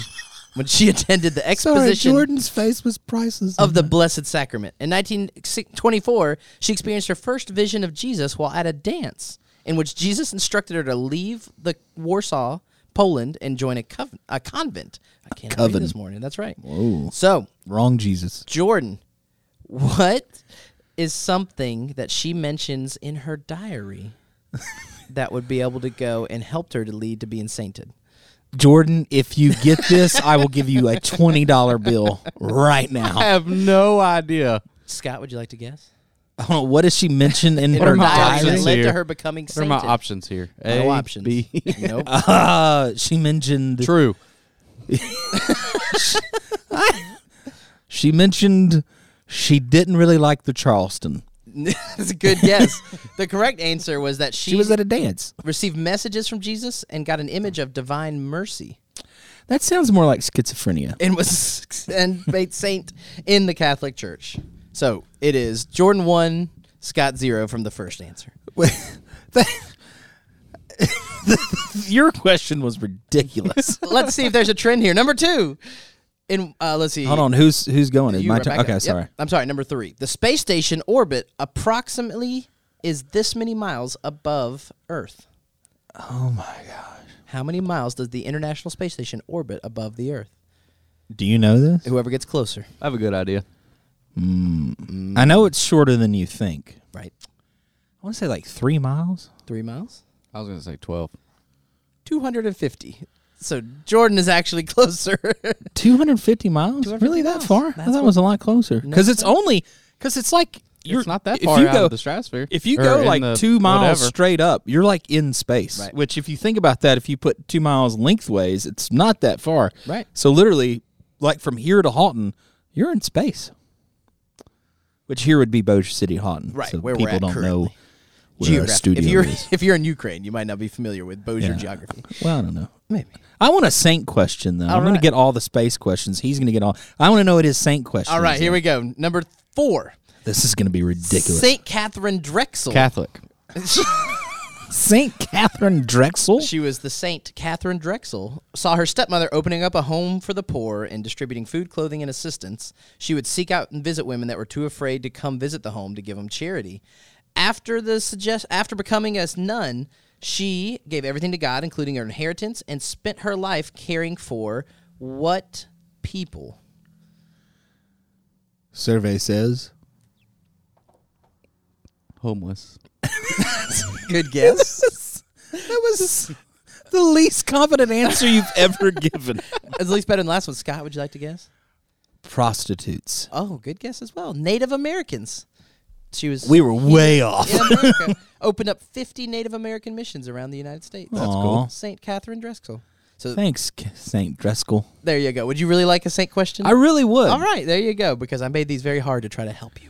Speaker 1: when she attended the exposition
Speaker 2: face was priceless.
Speaker 1: of the Blessed Sacrament. In 1924, she experienced her first vision of Jesus while at a dance in which Jesus instructed her to leave the Warsaw, Poland, and join a, cov- a convent. I can't read
Speaker 2: coven.
Speaker 1: this morning. That's right.
Speaker 2: Whoa.
Speaker 1: So,
Speaker 2: Wrong Jesus.
Speaker 1: Jordan, what is something that she mentions in her
Speaker 2: [laughs]
Speaker 1: diary that would be able to go and helped her to lead to being sainted?
Speaker 2: Jordan, if you get this, I will give you a $20 bill right
Speaker 3: I
Speaker 2: now.
Speaker 3: have no idea.
Speaker 1: Scott, would you like to guess?
Speaker 2: I don't know, what does she mention in
Speaker 1: In
Speaker 2: her
Speaker 1: her
Speaker 3: are my
Speaker 1: diary that
Speaker 2: diary?
Speaker 3: options
Speaker 1: led to
Speaker 3: here?
Speaker 1: her becoming
Speaker 3: What are
Speaker 1: sainted.
Speaker 3: my options here?
Speaker 1: No
Speaker 3: A,
Speaker 1: options.
Speaker 3: B.
Speaker 1: Nope.
Speaker 2: Uh, [laughs] she mentioned
Speaker 3: True.
Speaker 2: she mentioned she didn't really like the Charleston.
Speaker 1: [laughs] That's a good
Speaker 2: [laughs]
Speaker 1: guess. the correct answer was that she,
Speaker 2: She was at a dance.
Speaker 1: received messages from Jesus and got an image of divine mercy
Speaker 2: That sounds more like schizophrenia.
Speaker 1: and was [laughs] and made saint in the Catholic Church. So it is Jordan one, Scott zero from the first answer.
Speaker 2: [laughs] Your question was ridiculous.
Speaker 1: Let's see if there's a trend here. Number two, in uh, let's see.
Speaker 2: [laughs] Hold on, who's who's going? Is
Speaker 1: You,
Speaker 2: my turn?
Speaker 1: Rebecca.
Speaker 2: Okay,
Speaker 1: Yep.
Speaker 2: sorry.
Speaker 1: I'm sorry. Number three, the space station orbit approximately is this many miles above Earth.
Speaker 2: Oh my god.
Speaker 1: How many miles does the International Space Station orbit above the Earth?
Speaker 2: Do you know this?
Speaker 1: Whoever gets closer,
Speaker 3: I have a good idea.
Speaker 2: I know it's shorter than you think.
Speaker 1: right?
Speaker 2: I want to say like three miles.
Speaker 1: Three miles.
Speaker 3: I was going to say 12.
Speaker 1: 250. So Jordan is actually [laughs] closer.
Speaker 2: 250 miles? really that far? I thought it was a lot closer. Because it's only, because it's like, you're
Speaker 3: it's not that
Speaker 2: if
Speaker 3: far
Speaker 2: you
Speaker 3: out
Speaker 2: go,
Speaker 3: of the stratosphere.
Speaker 2: If you
Speaker 3: Or
Speaker 2: go
Speaker 3: in
Speaker 2: like
Speaker 3: the
Speaker 2: two miles
Speaker 3: whatever.
Speaker 2: straight up, you're like in space.
Speaker 1: Right.
Speaker 2: Which, if you think about that, if you put two miles lengthways, it's not that far.
Speaker 1: Right.
Speaker 2: So literally, like from here to Houghton, you're in space. Which here would be Bossier City, Houghton.
Speaker 1: Right,
Speaker 2: So
Speaker 1: where we're
Speaker 2: people
Speaker 1: at
Speaker 2: don't know
Speaker 1: currently.
Speaker 2: where our studio
Speaker 1: if you're [laughs]
Speaker 2: is.
Speaker 1: if you're in Ukraine, you might not be familiar with Bossier
Speaker 2: Yeah.
Speaker 1: geography.
Speaker 2: Well, I don't know.
Speaker 1: Maybe.
Speaker 2: I want a Saint question though.
Speaker 1: All
Speaker 2: I'm going
Speaker 1: right.
Speaker 2: to get all the space questions. He's going to get all. I want to know what his Saint question.
Speaker 1: All right, here we go. Number 4.
Speaker 2: This is going to be ridiculous. Saint,
Speaker 1: St. Catherine Drexel.
Speaker 3: Catholic.
Speaker 2: Catherine Drexel.
Speaker 1: She was the saint Catherine Drexel. Saw her stepmother opening up a home for the poor and distributing food, clothing, and assistance. She would seek out and visit women that were too afraid to come visit the home to give them charity. After the suggest, after becoming a nun, she gave everything to God, including her inheritance, and spent her life caring for what people?
Speaker 2: Survey says
Speaker 3: Homeless.
Speaker 1: [laughs] Good guess.
Speaker 2: that was the least confident answer you've ever given.
Speaker 1: It's at least better than the last one. Scott, would you like to guess?
Speaker 2: Prostitutes.
Speaker 1: Oh, good guess as well. Native Americans. She was
Speaker 2: We were way off. [laughs]
Speaker 1: in America. opened up 50 Native American missions around the United States.
Speaker 2: That's cool. Aw.
Speaker 1: St. Catherine Drexel. So
Speaker 2: Thanks, K- Saint Dreskel.
Speaker 1: there you go. Would you really like a saint question?
Speaker 2: I really would.
Speaker 1: All right, there you go. Because I made these very hard to try to help you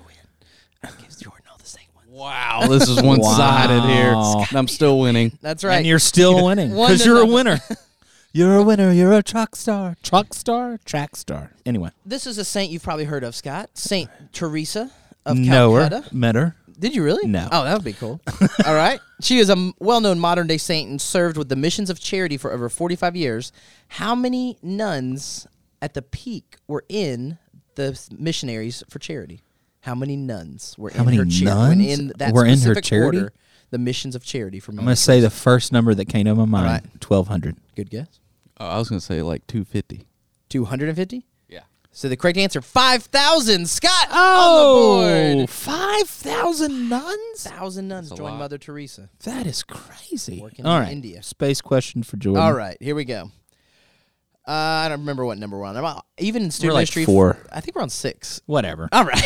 Speaker 1: in. Gives Jordan all the saint ones.
Speaker 3: Wow, Oh, this is one [laughs] sided here.
Speaker 2: Wow.
Speaker 3: And I'm still [laughs] winning.
Speaker 1: That's right.
Speaker 2: And you're still winning
Speaker 1: One
Speaker 2: because
Speaker 1: to
Speaker 2: you're a
Speaker 1: nothing.
Speaker 2: winner. [laughs] You're a winner. You're a truck star. Truck star. Track star. Anyway,
Speaker 1: this is a saint you've probably heard of, Scott. Saint Teresa of
Speaker 2: know
Speaker 1: Calcutta.
Speaker 2: her, met her.
Speaker 1: Did you really?
Speaker 2: No.
Speaker 1: Oh, that would be cool. [laughs] All right. She is a m- well-known modern-day saint and served with the missions of charity for over 45 years. How many nuns at the peak were in the s- missionaries for charity? How many nuns were in
Speaker 2: many
Speaker 1: her charity?
Speaker 2: nuns
Speaker 1: in that
Speaker 2: were in her
Speaker 1: specific
Speaker 2: charity?
Speaker 1: Order, the missions of charity for
Speaker 2: I'm gonna say the first number that came to my mind.
Speaker 1: right.
Speaker 2: Twelve hundred.
Speaker 1: Good guess.
Speaker 3: Oh, I was going to say like 250.
Speaker 1: 250?
Speaker 3: Yeah.
Speaker 1: So the correct answer 5,000. Scott on
Speaker 2: Oh!
Speaker 1: the board.
Speaker 2: five thousand nuns.
Speaker 1: 1,000 nuns
Speaker 3: That's a
Speaker 1: joined
Speaker 3: lot.
Speaker 1: Mother Teresa.
Speaker 2: That is crazy.
Speaker 1: Working
Speaker 2: All
Speaker 1: in
Speaker 2: right,
Speaker 1: India.
Speaker 2: Space question for Jordan.
Speaker 1: All right, here we go. Uh, I don't remember what number we're on. I'm, uh, even in student
Speaker 2: We're like
Speaker 1: history, f-
Speaker 2: four.
Speaker 1: I think we're on six. [laughs]
Speaker 2: Whatever.
Speaker 1: All right,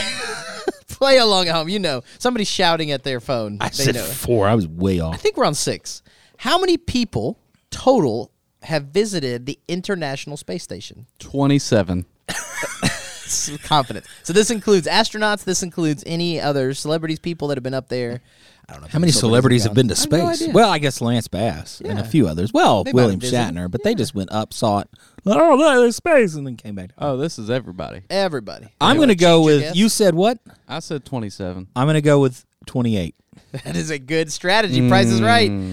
Speaker 1: play along at home. You know, somebody's shouting at their phone.
Speaker 2: I
Speaker 1: they
Speaker 2: said
Speaker 1: know. it.
Speaker 2: four. I was way
Speaker 1: I
Speaker 2: off.
Speaker 1: think we're on six. How many people total have visited the International Space Station?
Speaker 3: 27.
Speaker 1: It's
Speaker 2: [laughs]
Speaker 1: with confidence. So this includes astronauts. This includes any other celebrities, people that have been up there. I don't know
Speaker 2: How many celebrities have been to
Speaker 1: I have no
Speaker 2: space?
Speaker 1: idea.
Speaker 2: well, I guess Lance Bass and a
Speaker 1: Yeah.
Speaker 2: few others. Well,
Speaker 1: They might
Speaker 2: William
Speaker 1: have visited.
Speaker 2: Shatner, but they just went up, saw it. Oh, look, there's space, and then came back.
Speaker 3: Oh, this is everybody.
Speaker 1: Everybody. [laughs]
Speaker 2: I'm
Speaker 1: Anyway,
Speaker 2: gonna go
Speaker 1: change your
Speaker 2: with
Speaker 1: guess.
Speaker 2: you said what?
Speaker 3: I said 27.
Speaker 2: I'm gonna go with 28.
Speaker 1: That is a good strategy. Price is
Speaker 2: Hmm.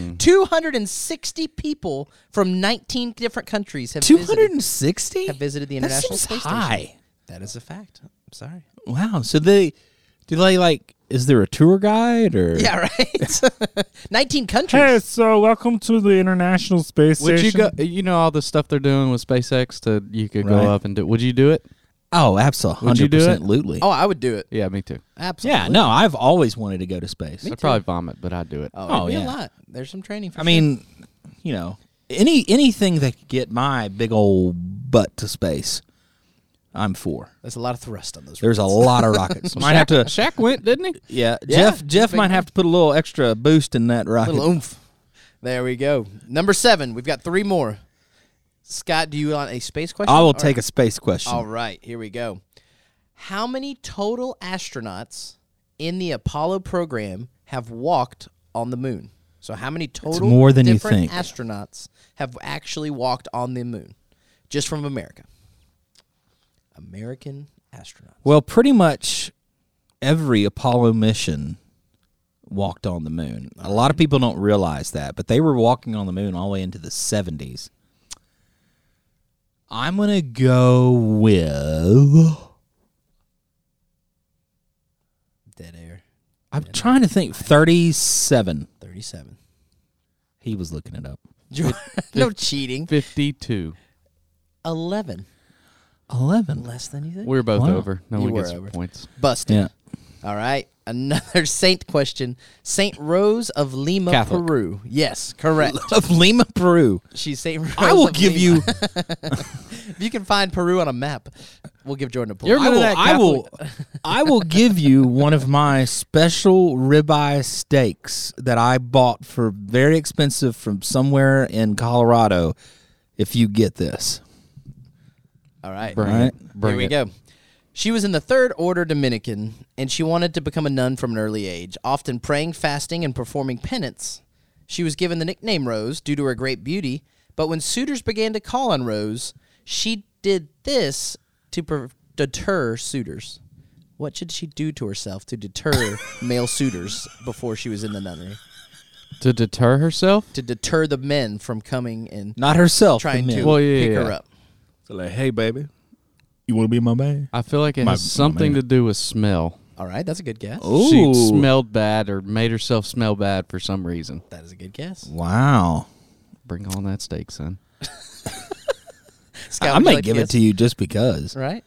Speaker 1: right. 260 people from 19 different countries have visited,
Speaker 2: 260
Speaker 1: have visited the
Speaker 2: That
Speaker 1: International
Speaker 2: seems
Speaker 1: Space
Speaker 2: high.
Speaker 1: Station. That is a fact. I'm sorry.
Speaker 2: Wow. So they do they like? Is there a tour guide
Speaker 1: [laughs]
Speaker 2: or?
Speaker 1: Yeah,
Speaker 2: [laughs]
Speaker 1: right. 19 countries.
Speaker 2: so welcome to the International Space
Speaker 3: Would you go? You know all the stuff they're doing with SpaceX to you could
Speaker 2: Right.
Speaker 3: go up and do. Would you do it?
Speaker 2: Oh, absolutely.
Speaker 3: Would you do it?
Speaker 2: Absolutely.
Speaker 1: Oh, I would do it.
Speaker 3: Yeah, me too.
Speaker 1: Absolutely.
Speaker 2: yeah. No, I've always wanted to go to space.
Speaker 3: I'd probably vomit, but I'd do it.
Speaker 1: Oh,
Speaker 2: Oh,
Speaker 1: it'd be
Speaker 2: yeah.
Speaker 1: a lot. There's some training. For
Speaker 2: I mean, you know, any anything that could get my big old butt to space, I'm for.
Speaker 1: there's a lot of thrust on those.
Speaker 2: There's a lot of rockets. [laughs] might have to.
Speaker 3: Shaq went, didn't he?
Speaker 2: Yeah, Jeff. Jeff
Speaker 1: big
Speaker 2: might have to put a little extra boost in that rocket.
Speaker 1: little oomph. There we go. Number seven. We've got three more. Scott, do you want a space question?
Speaker 2: I will
Speaker 1: Or-
Speaker 2: take a space question.
Speaker 1: All right, here we go. How many total astronauts in the Apollo program have walked on the moon? So how many total
Speaker 2: more than you
Speaker 1: different
Speaker 2: think.
Speaker 1: astronauts have actually walked on the moon? Just from America. American astronauts.
Speaker 2: Well, pretty much every Apollo mission walked on the moon. A lot of people don't realize that, but they were walking on the moon all the way into the 70s. I'm going to go with.
Speaker 1: Dead air.
Speaker 2: I'm trying to think. 37.
Speaker 1: Thirty [laughs] seven.
Speaker 2: He was looking it up. [laughs]
Speaker 1: no cheating.
Speaker 3: 52.
Speaker 1: Eleven.
Speaker 2: 11.
Speaker 1: Less than you think.
Speaker 3: We are both
Speaker 2: Wow.
Speaker 3: over. No
Speaker 1: You
Speaker 3: one
Speaker 1: were
Speaker 3: gets
Speaker 1: over.
Speaker 3: points.
Speaker 1: Busted. [laughs]
Speaker 2: Yeah.
Speaker 1: All right. Another saint question. Saint Rose of Lima,
Speaker 3: Catholic.
Speaker 1: Peru. Yes, correct.
Speaker 2: Of Lima, Peru.
Speaker 1: She's Saint Rose
Speaker 2: I will
Speaker 1: of
Speaker 2: give
Speaker 1: Lima.
Speaker 2: you.
Speaker 1: If you can find Peru on a map, we'll give Jordan a point.
Speaker 3: You're-
Speaker 2: I
Speaker 3: Remember
Speaker 2: will,
Speaker 3: that
Speaker 2: I will.
Speaker 3: [laughs]
Speaker 2: I will give you one of my special ribeye steaks that I bought for very expensive from somewhere in Colorado. If you get this,
Speaker 1: All right.
Speaker 3: Bring
Speaker 2: All right.
Speaker 3: it. Bring
Speaker 1: Here we
Speaker 3: it.
Speaker 1: go. She was in the Third Order Dominican, and she wanted to become a nun from an early age, often praying, fasting, and performing penance. She was given the nickname Rose due to her great beauty, but when suitors began to call on Rose, she did this to per- deter suitors. What should she do to herself to deter male suitors before she was in the nunnery?
Speaker 3: To deter herself?
Speaker 1: To deter the men from coming and
Speaker 2: not herself. the
Speaker 1: trying
Speaker 2: men.
Speaker 1: to
Speaker 3: Well, yeah,
Speaker 1: pick
Speaker 3: yeah.
Speaker 1: her up.
Speaker 2: So like, hey, baby, you want to be my man?
Speaker 3: I feel like it
Speaker 2: My-
Speaker 3: has
Speaker 2: my
Speaker 3: something
Speaker 2: man.
Speaker 3: to do with smell.
Speaker 1: All right, that's a good guess.
Speaker 3: She
Speaker 2: Ooh.
Speaker 3: smelled bad or made herself smell bad for some reason.
Speaker 1: That is a good guess.
Speaker 2: Wow.
Speaker 3: Bring on that steak, son.
Speaker 1: Scott,
Speaker 2: I may give it to you just because.
Speaker 1: Right?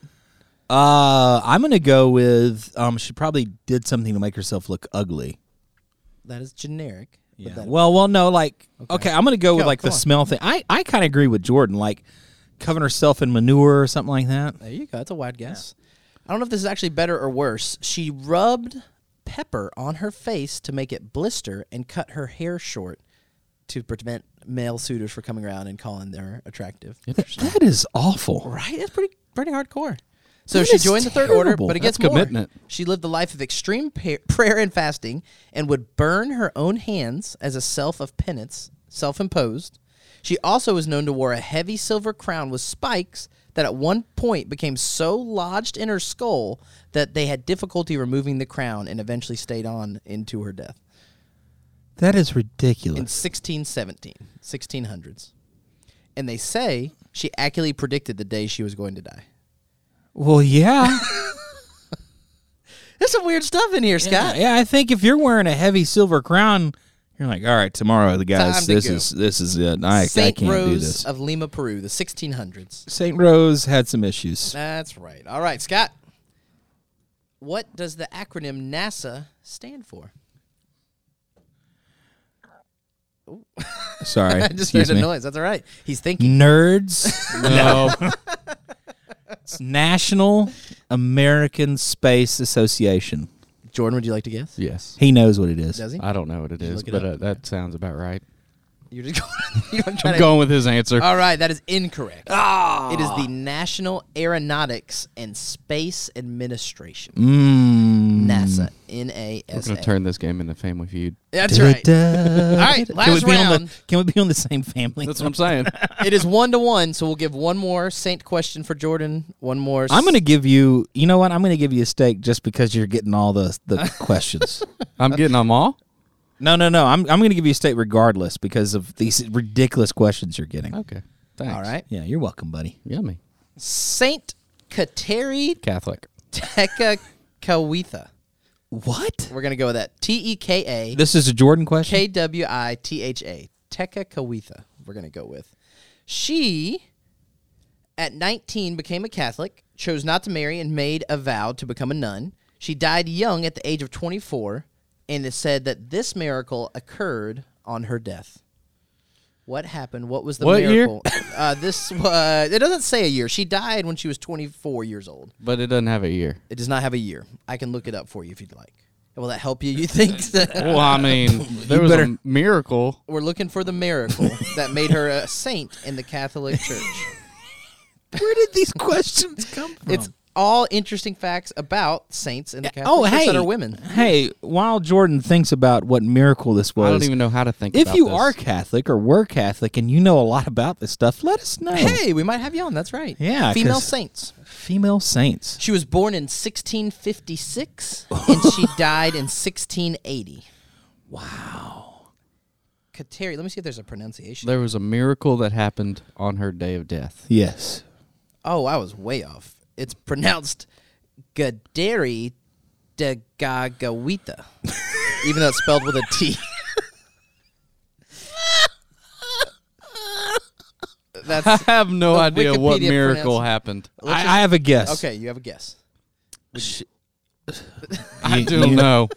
Speaker 2: Uh, I'm gonna go with. Um, she probably did something to make herself look ugly.
Speaker 1: That is generic.
Speaker 2: Yeah.
Speaker 1: that-
Speaker 2: well, well, no, like okay, I'm gonna go with
Speaker 1: Go,
Speaker 2: like the
Speaker 1: come on.
Speaker 2: smell thing. I I kind of agree with Jordan, like covering herself in manure or something like that.
Speaker 1: There you go. That's a wide guess. I don't know if this is actually better or worse. She rubbed pepper on her face to make it blister and cut her hair short to prevent male suitors from coming around and calling her attractive.
Speaker 2: That is awful.
Speaker 1: Right? That's pretty pretty hardcore. So
Speaker 2: That
Speaker 1: she
Speaker 2: is
Speaker 1: joined the Third Order,
Speaker 2: terrible.
Speaker 1: but it gets
Speaker 3: That's
Speaker 1: more.
Speaker 3: commitment.
Speaker 1: She lived a life of extreme pa- prayer and fasting, and would burn her own hands as a self of penance, self-imposed. She also was known to wear a heavy silver crown with spikes that at one point became so lodged in her skull that they had difficulty removing the crown and eventually stayed on into her death
Speaker 2: That is
Speaker 1: in
Speaker 2: ridiculous.
Speaker 1: 1617, 1600s. And they say she accurately predicted the day she was going to die. [laughs]
Speaker 2: Well, yeah,
Speaker 1: There's some weird stuff in here, Scott.
Speaker 2: yeah. I think if you're wearing a heavy silver crown, you're like, all right, tomorrow, the guys,
Speaker 1: Time to
Speaker 2: this
Speaker 1: go.
Speaker 2: is this is it. I, I
Speaker 1: Saint
Speaker 2: can't
Speaker 1: Rose
Speaker 2: do this.
Speaker 1: of Lima, Peru, the 1600s.
Speaker 2: Saint Rose had
Speaker 1: [laughs]
Speaker 2: some issues.
Speaker 1: That's right. All right, Scott. What does the acronym NASA stand for?
Speaker 2: Sorry,
Speaker 1: I just heard
Speaker 2: excuse
Speaker 1: a
Speaker 2: me.
Speaker 1: noise. That's all right. He's thinking.
Speaker 2: Nerds.
Speaker 1: [laughs]
Speaker 3: No. [laughs]
Speaker 2: It's National American Space Association.
Speaker 1: Jordan, would you like to guess?
Speaker 3: yes.
Speaker 2: He knows what it is.
Speaker 1: Does he?
Speaker 3: I don't know what it is,
Speaker 1: look it
Speaker 3: but
Speaker 1: up.
Speaker 3: uh, that sounds about right.
Speaker 1: You're just [laughs] going. you're trying
Speaker 3: I'm
Speaker 1: to-
Speaker 3: going with his answer.
Speaker 1: All right, that is incorrect.
Speaker 2: Ah.
Speaker 1: It is the National Aeronautics and Space Administration.
Speaker 2: Mm.
Speaker 1: NASA. N A
Speaker 3: We're
Speaker 1: S
Speaker 3: going to
Speaker 1: A.
Speaker 3: turn this game into Family [laughs] Feud.
Speaker 1: That's right.
Speaker 2: Da-da.
Speaker 1: All right, last
Speaker 2: [laughs] can we be On
Speaker 1: round.
Speaker 2: the, can we be on the same family?
Speaker 3: That's what
Speaker 1: [laughs]
Speaker 3: I'm saying.
Speaker 1: It is one to one, so we'll give one more Saint question for Jordan. One more.
Speaker 2: I'm going to give you. You know what? I'm going to give you a steak just because you're getting all the [laughs] the questions.
Speaker 3: I'm getting them all.
Speaker 2: No, no, no. I'm I'm going to give you a steak regardless because of these ridiculous questions you're getting.
Speaker 3: Okay. Thanks.
Speaker 1: All right.
Speaker 2: Yeah, you're welcome, buddy.
Speaker 3: Yummy.
Speaker 1: Saint Kateri
Speaker 3: Catholic.
Speaker 1: Tekakawitha.
Speaker 2: What?
Speaker 1: We're gonna go with that. T E K A
Speaker 2: This is a Jordan question.
Speaker 1: K W I T H A. Tekakawitha. We're gonna go with. She, at 19, became a Catholic, chose not to marry, and made a vow to become a nun. She died young at the age of 24, and it said that this miracle occurred on her death. What happened? What was the
Speaker 3: What year?
Speaker 1: miracle? Uh, this was. It doesn't say a year. She died when she was 24 years old.
Speaker 3: But it doesn't have
Speaker 1: [laughs]
Speaker 3: a year.
Speaker 1: It does not have a year. I can look it up for you if you'd like. Will that help you? You
Speaker 2: [laughs]
Speaker 1: think that
Speaker 3: Well, I mean, there was
Speaker 2: better-
Speaker 3: a miracle.
Speaker 1: [laughs] we're looking for the miracle that made her a saint in the Catholic Church?
Speaker 2: Where did these [laughs] questions come from?
Speaker 1: It's all interesting facts about saints in the Catholic
Speaker 2: oh,
Speaker 1: Church
Speaker 2: hey,
Speaker 1: that are women.
Speaker 2: Hey, while Jordan thinks about what miracle this was,
Speaker 3: I don't even know how to think
Speaker 2: if
Speaker 3: about
Speaker 2: you
Speaker 3: this.
Speaker 2: are Catholic or were Catholic and you know a lot about this stuff, let us know.
Speaker 1: Hey, we might have you on. That's right.
Speaker 2: Oh. Yeah,
Speaker 1: female
Speaker 2: 'cause-
Speaker 1: saints.
Speaker 2: Female saints.
Speaker 1: She was born in 1656 and
Speaker 2: [laughs]
Speaker 1: she died in 1680.
Speaker 2: Wow.
Speaker 1: Kateri, let me see if there's a pronunciation.
Speaker 3: There was a miracle that happened on her day of death.
Speaker 2: Yes.
Speaker 1: Oh, I was way off. It's pronounced Gaderi de Gagawita, even though it's spelled with a T.
Speaker 3: [laughs] I
Speaker 1: That's
Speaker 3: have no
Speaker 1: The
Speaker 3: idea what
Speaker 1: Wikipedia
Speaker 3: miracle
Speaker 1: pronounce-
Speaker 3: happened.
Speaker 1: Let's
Speaker 2: I, I have a guess. [laughs]
Speaker 1: okay. You have a guess.
Speaker 3: I don't know.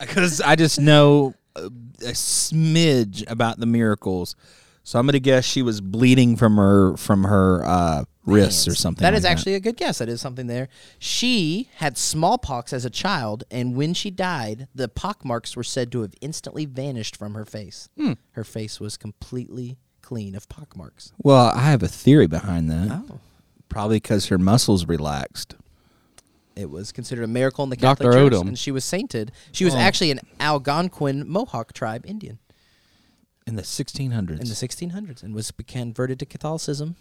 Speaker 2: Because I just know a, a smidge about the miracles. So I'm going to guess she was bleeding from her from her uh, wrists or something.
Speaker 1: That
Speaker 2: like
Speaker 1: is actually a good guess. That is something there. She had smallpox as a child, and when she died, the pockmarks were said to have instantly vanished from her face.
Speaker 2: Hmm.
Speaker 1: Her face was completely clean of pockmarks.
Speaker 2: Well, I have a theory behind that.
Speaker 1: Oh.
Speaker 2: Probably because her muscles relaxed.
Speaker 1: It was considered a miracle in the Catholic
Speaker 3: Dr.
Speaker 1: Church,
Speaker 3: Odom.
Speaker 1: and she was sainted. She was actually an Algonquin Mohawk tribe Indian
Speaker 2: In the 1600s.
Speaker 1: in the 1600s, and was converted to Catholicism.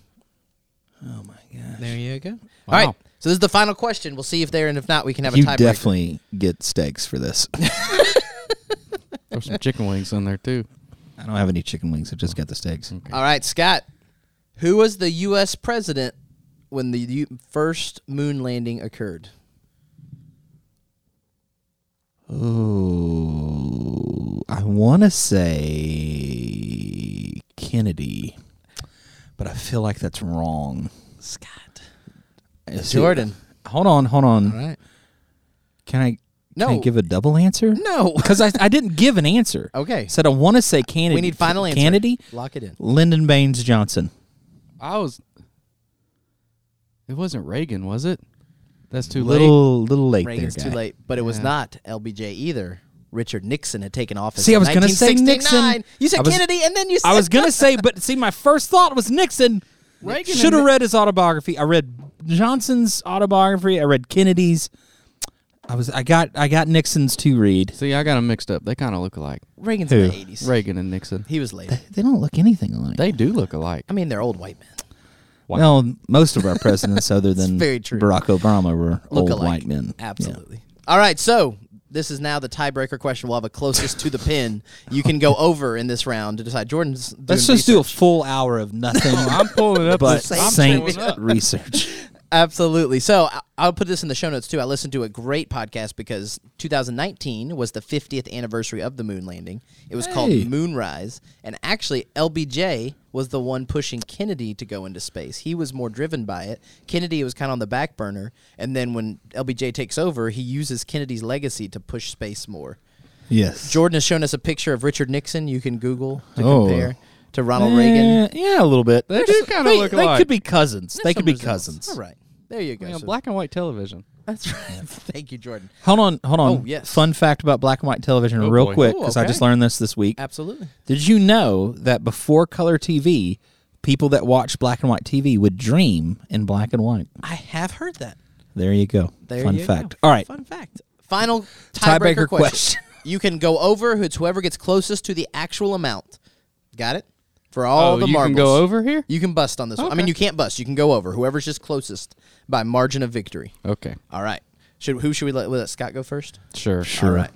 Speaker 2: oh my god!
Speaker 1: There you go. All right,
Speaker 3: Wow.
Speaker 1: so this is the final question. We'll see if there, and if not, we can have a
Speaker 2: You
Speaker 1: tiebreaker.
Speaker 2: definitely get steaks for this.
Speaker 3: [laughs]
Speaker 2: [laughs]
Speaker 3: There's some chicken wings in there too.
Speaker 2: I don't have any chicken wings. I just got the steaks.
Speaker 1: All right, Scott, who was the U.S. president when the U- first moon landing occurred?
Speaker 2: Oh, I want to say Kennedy, but I feel like that's wrong.
Speaker 1: Scott.
Speaker 2: Is it-
Speaker 1: Jordan.
Speaker 2: hold on, hold on.
Speaker 1: All right.
Speaker 2: Can I
Speaker 1: No.
Speaker 2: Can I give a double answer? [laughs]
Speaker 1: No.
Speaker 2: Because I, I didn't give an answer.
Speaker 1: Okay.
Speaker 2: Said I want to say Kennedy.
Speaker 1: We need final answer.
Speaker 2: Kennedy?
Speaker 1: Lock it in.
Speaker 2: Lyndon Baines Johnson.
Speaker 3: I was. It wasn't Reagan, was it? That's too late.
Speaker 2: little little late
Speaker 1: Reagan's
Speaker 2: there,
Speaker 1: too
Speaker 2: guy.
Speaker 1: late, but it was
Speaker 3: Yeah.
Speaker 1: not LBJ either. Richard Nixon had taken office.
Speaker 2: See, I
Speaker 1: in
Speaker 2: was gonna say
Speaker 1: 1969.
Speaker 2: Nixon.
Speaker 1: You said
Speaker 2: I was-
Speaker 1: Kennedy, and then you said
Speaker 2: I was gonna say, but see, my first thought was Nixon.
Speaker 3: Reagan
Speaker 2: Should have
Speaker 3: and-
Speaker 2: read his autobiography. I read Johnson's autobiography. I read Kennedy's. I was I got I got Nixon's to read.
Speaker 3: See, I got them mixed up. They kind of look alike.
Speaker 1: Reagan's
Speaker 2: Who?
Speaker 1: in the eighties.
Speaker 3: Reagan and Nixon.
Speaker 1: He was late.
Speaker 2: They don't look anything alike.
Speaker 3: They do look alike.
Speaker 1: I mean, they're old white men.
Speaker 2: Well, most of our presidents, other than
Speaker 1: very true.
Speaker 2: Barack Obama, were
Speaker 1: Look
Speaker 2: old
Speaker 1: alike.
Speaker 2: white men. Yeah.
Speaker 1: Absolutely. All right, so this is now the tiebreaker question. We'll have a closest to the pin. You can go [laughs] over in this round to decide. Jordan's. Doing
Speaker 2: Let's just do a full hour of nothing.
Speaker 3: [laughs] I'm pulling up
Speaker 2: but
Speaker 3: the same- I'm
Speaker 2: Saint
Speaker 3: pulling up.
Speaker 2: research.
Speaker 1: Absolutely. So I- I'll put this in the show notes too. I listened to a great podcast because 2019 was the 50th anniversary of the moon landing. It was called
Speaker 2: Hey.
Speaker 1: Moonrise, and actually LBJ was the one pushing Kennedy to go into space. He was more driven by it. Kennedy was kind of on the back burner, and then when LBJ takes over, he uses Kennedy's legacy to push space more.
Speaker 2: [laughs] Yes.
Speaker 1: Jordan has shown us a picture of Richard Nixon. You can Google to
Speaker 2: Oh.
Speaker 1: compare to Ronald Reagan.
Speaker 2: Eh, Yeah, a little bit.
Speaker 3: They do kinda
Speaker 2: they-
Speaker 3: look
Speaker 2: They
Speaker 3: alike.
Speaker 2: could be cousins. They
Speaker 1: Some
Speaker 2: could be
Speaker 1: resemblance.
Speaker 2: cousins.
Speaker 1: All right. There you go.
Speaker 3: Yeah,
Speaker 1: So-
Speaker 3: black and white television.
Speaker 1: That's right. [laughs] Thank you, Jordan.
Speaker 2: Hold on, hold on.
Speaker 1: Oh, yes.
Speaker 2: Fun fact about black and white television,
Speaker 3: Oh,
Speaker 2: real
Speaker 3: boy.
Speaker 2: quick,
Speaker 1: Ooh,
Speaker 2: because I
Speaker 1: okay.
Speaker 2: just learned this this week.
Speaker 1: Absolutely.
Speaker 2: Did you know that before color TV, people that watched black and white TV would dream in black and white?
Speaker 1: I have heard that.
Speaker 2: There you go.
Speaker 1: There
Speaker 2: Fun
Speaker 1: you
Speaker 2: fact.
Speaker 1: go.
Speaker 2: All right.
Speaker 1: Fun fact. Final tiebreaker, question.
Speaker 2: Tiebreaker
Speaker 1: [laughs]
Speaker 2: question.
Speaker 1: you can go over. It's whoever gets closest to the actual amount. Got it? For all
Speaker 3: oh,
Speaker 1: the
Speaker 3: you
Speaker 1: marbles.
Speaker 3: can go over here.
Speaker 1: You can bust on this one. I mean,
Speaker 3: Okay.
Speaker 1: you can't bust. You can go over. Whoever's just closest by margin of victory.
Speaker 3: Okay,
Speaker 1: All right. Should who should we let, let Scott go first?
Speaker 3: sure,
Speaker 2: Sure.
Speaker 1: All right.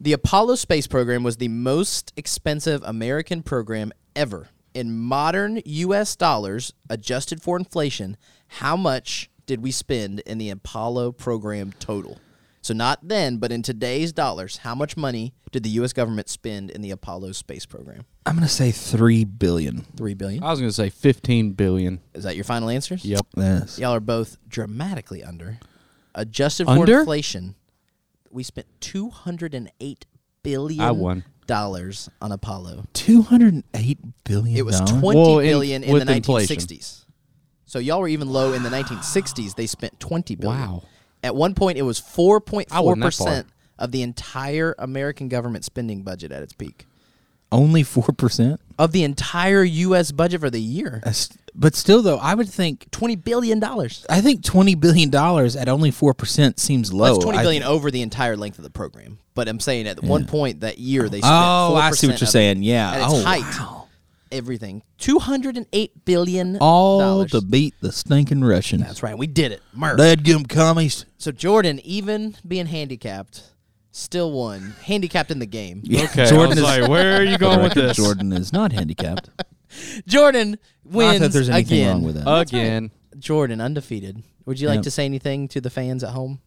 Speaker 1: The Apollo space program was the most expensive American program ever. In modern US dollars, adjusted for inflation, how much did we spend in the Apollo program total? So, not then, but in today's dollars, how much money did the US government spend in the Apollo space program?
Speaker 2: I'm going to say 3 billion.
Speaker 1: Three billion.
Speaker 3: I was gonna say fifteen billion.
Speaker 1: Is that your final answer?
Speaker 3: Yep.
Speaker 2: Yes.
Speaker 1: Y'all are both dramatically under. Adjusted for
Speaker 3: Under?
Speaker 1: inflation, we spent two hundred and eight billion
Speaker 3: I won.
Speaker 1: dollars on Apollo.
Speaker 2: 208 billion.
Speaker 1: It was
Speaker 2: dollars?
Speaker 1: twenty billion in,
Speaker 3: Well, in-
Speaker 1: the
Speaker 3: with
Speaker 1: nineteen
Speaker 3: inflation.
Speaker 1: sixties. So y'all were even low in the nineteen sixties. They spent twenty billion.
Speaker 3: Wow.
Speaker 1: At one point, it was four point
Speaker 3: I
Speaker 1: four
Speaker 3: wasn't that far.
Speaker 1: percent of the entire American government spending budget at its peak.
Speaker 2: only 4%.
Speaker 1: Of the entire U.S. budget for the year,
Speaker 2: That's- But still though, I would think
Speaker 1: twenty billion dollars.
Speaker 2: I think 20 billion dollars at only 4% seems low.
Speaker 1: That's twenty
Speaker 2: Oh, I-
Speaker 1: billion over the entire length of the program. But I'm saying at one point that year they spent.
Speaker 2: Oh, I see
Speaker 1: 4%
Speaker 2: what you're
Speaker 1: of
Speaker 2: saying. Yeah.
Speaker 1: At its
Speaker 2: oh,
Speaker 1: height,
Speaker 2: wow. Oh.
Speaker 1: everything two hundred and eight billion.
Speaker 2: All
Speaker 1: dollars.
Speaker 2: to beat the stinking Russians.
Speaker 1: That's right. We did it. Murph.
Speaker 2: Dadgum commies.
Speaker 1: So Jordan, even being handicapped, still won. Handicapped in the game.
Speaker 2: Jordan
Speaker 3: Okay. Jordan I was
Speaker 2: is-
Speaker 3: like, where are [laughs] you
Speaker 2: For the
Speaker 3: going with
Speaker 2: record,
Speaker 3: this?
Speaker 2: Jordan is not handicapped.
Speaker 1: Jordan wins
Speaker 2: Not that there's anything
Speaker 1: again.
Speaker 2: wrong with that.
Speaker 3: Again.
Speaker 1: Jordan undefeated. Would you like
Speaker 2: Yep.
Speaker 1: to say anything to the fans at home?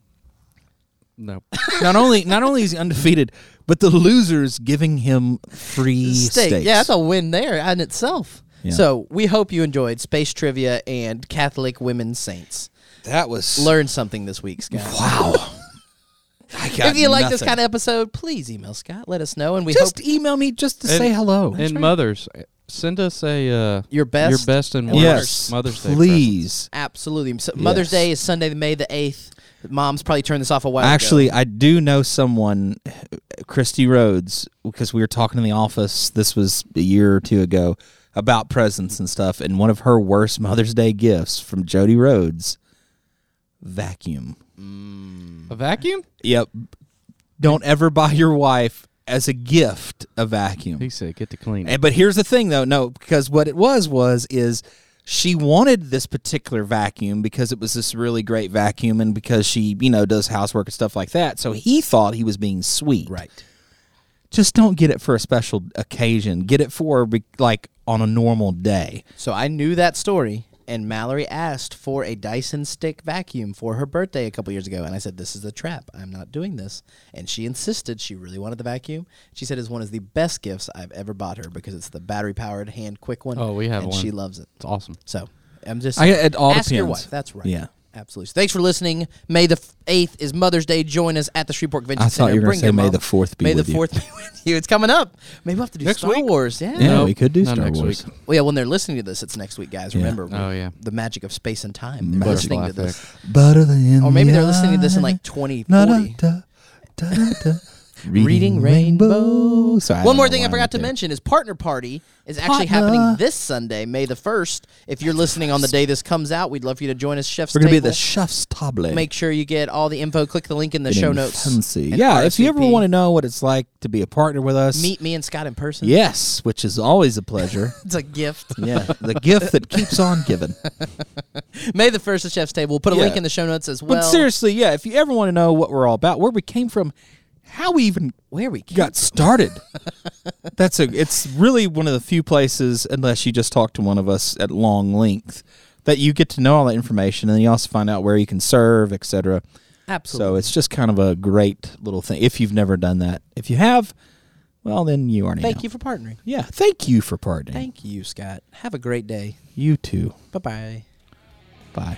Speaker 3: No.
Speaker 2: Uh, not only not only is he undefeated, but the losers giving him free
Speaker 1: Steak.
Speaker 2: steaks.
Speaker 1: Yeah, that's a win there in itself.
Speaker 2: Yeah.
Speaker 1: So we hope you enjoyed space trivia and Catholic women saints.
Speaker 2: that was
Speaker 1: Learn something this week, Scott.
Speaker 3: [laughs]
Speaker 2: wow. I got
Speaker 1: if you like this
Speaker 2: nothing.
Speaker 1: kind of episode, please email Scott. Let us know, and we
Speaker 2: just
Speaker 1: hope
Speaker 2: email me just to
Speaker 3: And-
Speaker 2: say hello.
Speaker 3: Oh, and mothers, eh, send us a uh,
Speaker 1: Your best
Speaker 3: your best and
Speaker 1: and
Speaker 3: worst
Speaker 2: yes,
Speaker 3: Mother's Day. present.
Speaker 2: please.
Speaker 1: absolutely. So Mother's
Speaker 2: Yes.
Speaker 1: Day is Sunday, May the eighth. Mom's probably turned this off a while ago.
Speaker 2: Actually, I do know someone, Christy Rhodes, because we were talking in the office. This was a year or two ago about presents and stuff. And one of her worst Mother's Day gifts from Jody Rhodes, vacuum.
Speaker 3: A vacuum?
Speaker 2: Yep. Don't ever buy your wife as a gift a vacuum.
Speaker 3: He said, get to clean it.
Speaker 2: And, but here's the thing, though. No, because what it was was is she wanted this particular vacuum because it was this really great vacuum, and because she you know does housework and stuff like that. So he thought he was being sweet.
Speaker 1: right.
Speaker 2: Just don't get it for a special occasion. Get it for be- like on a normal day.
Speaker 1: So I knew that story, and Mallory asked for a Dyson stick vacuum for her birthday a couple years ago, and I said, "This is a trap. I'm not doing this." And she insisted she really wanted the vacuum. She said it's one of the best gifts I've ever bought her because it's the battery powered hand quick one.
Speaker 3: Oh, we have
Speaker 1: and
Speaker 3: one.
Speaker 1: She loves it.
Speaker 3: It's awesome.
Speaker 1: So I'm just
Speaker 2: I, it all
Speaker 1: ask
Speaker 2: depends.
Speaker 1: your wife. That's right.
Speaker 2: Yeah.
Speaker 1: Absolutely. So thanks for listening. May the f- 8th is Mother's Day. Join us at the Shreveport Convention
Speaker 2: I thought
Speaker 1: Center.
Speaker 2: you were gonna
Speaker 1: Bring
Speaker 2: say
Speaker 1: your
Speaker 2: May
Speaker 1: mom.
Speaker 2: the 4th be
Speaker 1: May
Speaker 2: with
Speaker 1: the
Speaker 2: you.
Speaker 1: 4th be with you. It's coming up. Maybe we'll have to do
Speaker 3: Next
Speaker 1: Star
Speaker 3: week?
Speaker 1: Wars. Yeah.
Speaker 2: Yeah,
Speaker 3: Nope,
Speaker 2: we could do
Speaker 3: not
Speaker 2: Star
Speaker 3: next
Speaker 2: Wars.
Speaker 3: week.
Speaker 1: Well, yeah, when they're listening to this, it's next week, guys.
Speaker 2: Yeah.
Speaker 1: Remember
Speaker 3: Oh, yeah.
Speaker 1: the magic of space and time. They're
Speaker 2: Magic.
Speaker 1: listening to this.
Speaker 2: Butter than
Speaker 1: Or maybe
Speaker 2: the
Speaker 1: they're listening to this in like
Speaker 2: eye.
Speaker 1: 2040.
Speaker 2: Da, da, da, da.
Speaker 1: [laughs] Reading Rainbow.
Speaker 2: Sorry, I
Speaker 1: One
Speaker 2: don't
Speaker 1: more
Speaker 2: know
Speaker 1: thing I
Speaker 2: why
Speaker 1: forgot to
Speaker 2: did.
Speaker 1: mention is Partner Party is actually
Speaker 2: Partner.
Speaker 1: happening this Sunday, May the 1st. If you're listening on the day this comes out, we'd love for you to join us, Chef's
Speaker 2: We're gonna be at
Speaker 1: Table.
Speaker 2: the chef's table.
Speaker 1: Make sure you get all the info. Click the link in the
Speaker 2: Getting
Speaker 1: show notes.
Speaker 2: fancy.
Speaker 1: and
Speaker 2: Yeah, if you ever
Speaker 1: RSVP.
Speaker 2: want to know what it's like to be a partner with us,
Speaker 1: meet me and Scott in person,
Speaker 2: yes, which is always
Speaker 1: [laughs]
Speaker 2: a pleasure.
Speaker 1: it's a gift.
Speaker 2: yeah, the gift that keeps on
Speaker 1: [laughs]
Speaker 2: giving.
Speaker 1: May the 1st at Chef's Table. We'll put a
Speaker 2: Yeah.
Speaker 1: link in the show notes as well.
Speaker 2: but seriously, yeah, if you ever want to know what we're all about, where we came from, how we even
Speaker 1: where we came [laughs]
Speaker 2: got started. That's a. It's really one of the few places, unless you just talk to one of us at long length, that you get to know all that information, and then you also find out where you can serve, etc. So
Speaker 1: Absolutely.
Speaker 2: it's just kind of a great little thing. If you've never done that, if you have, well, then you already.
Speaker 1: Thank
Speaker 2: know.
Speaker 1: you for partnering.
Speaker 2: Yeah, thank you for pardoning.
Speaker 1: Thank you, Scott. Have a great day.
Speaker 2: you too.
Speaker 1: Bye bye.
Speaker 2: Bye.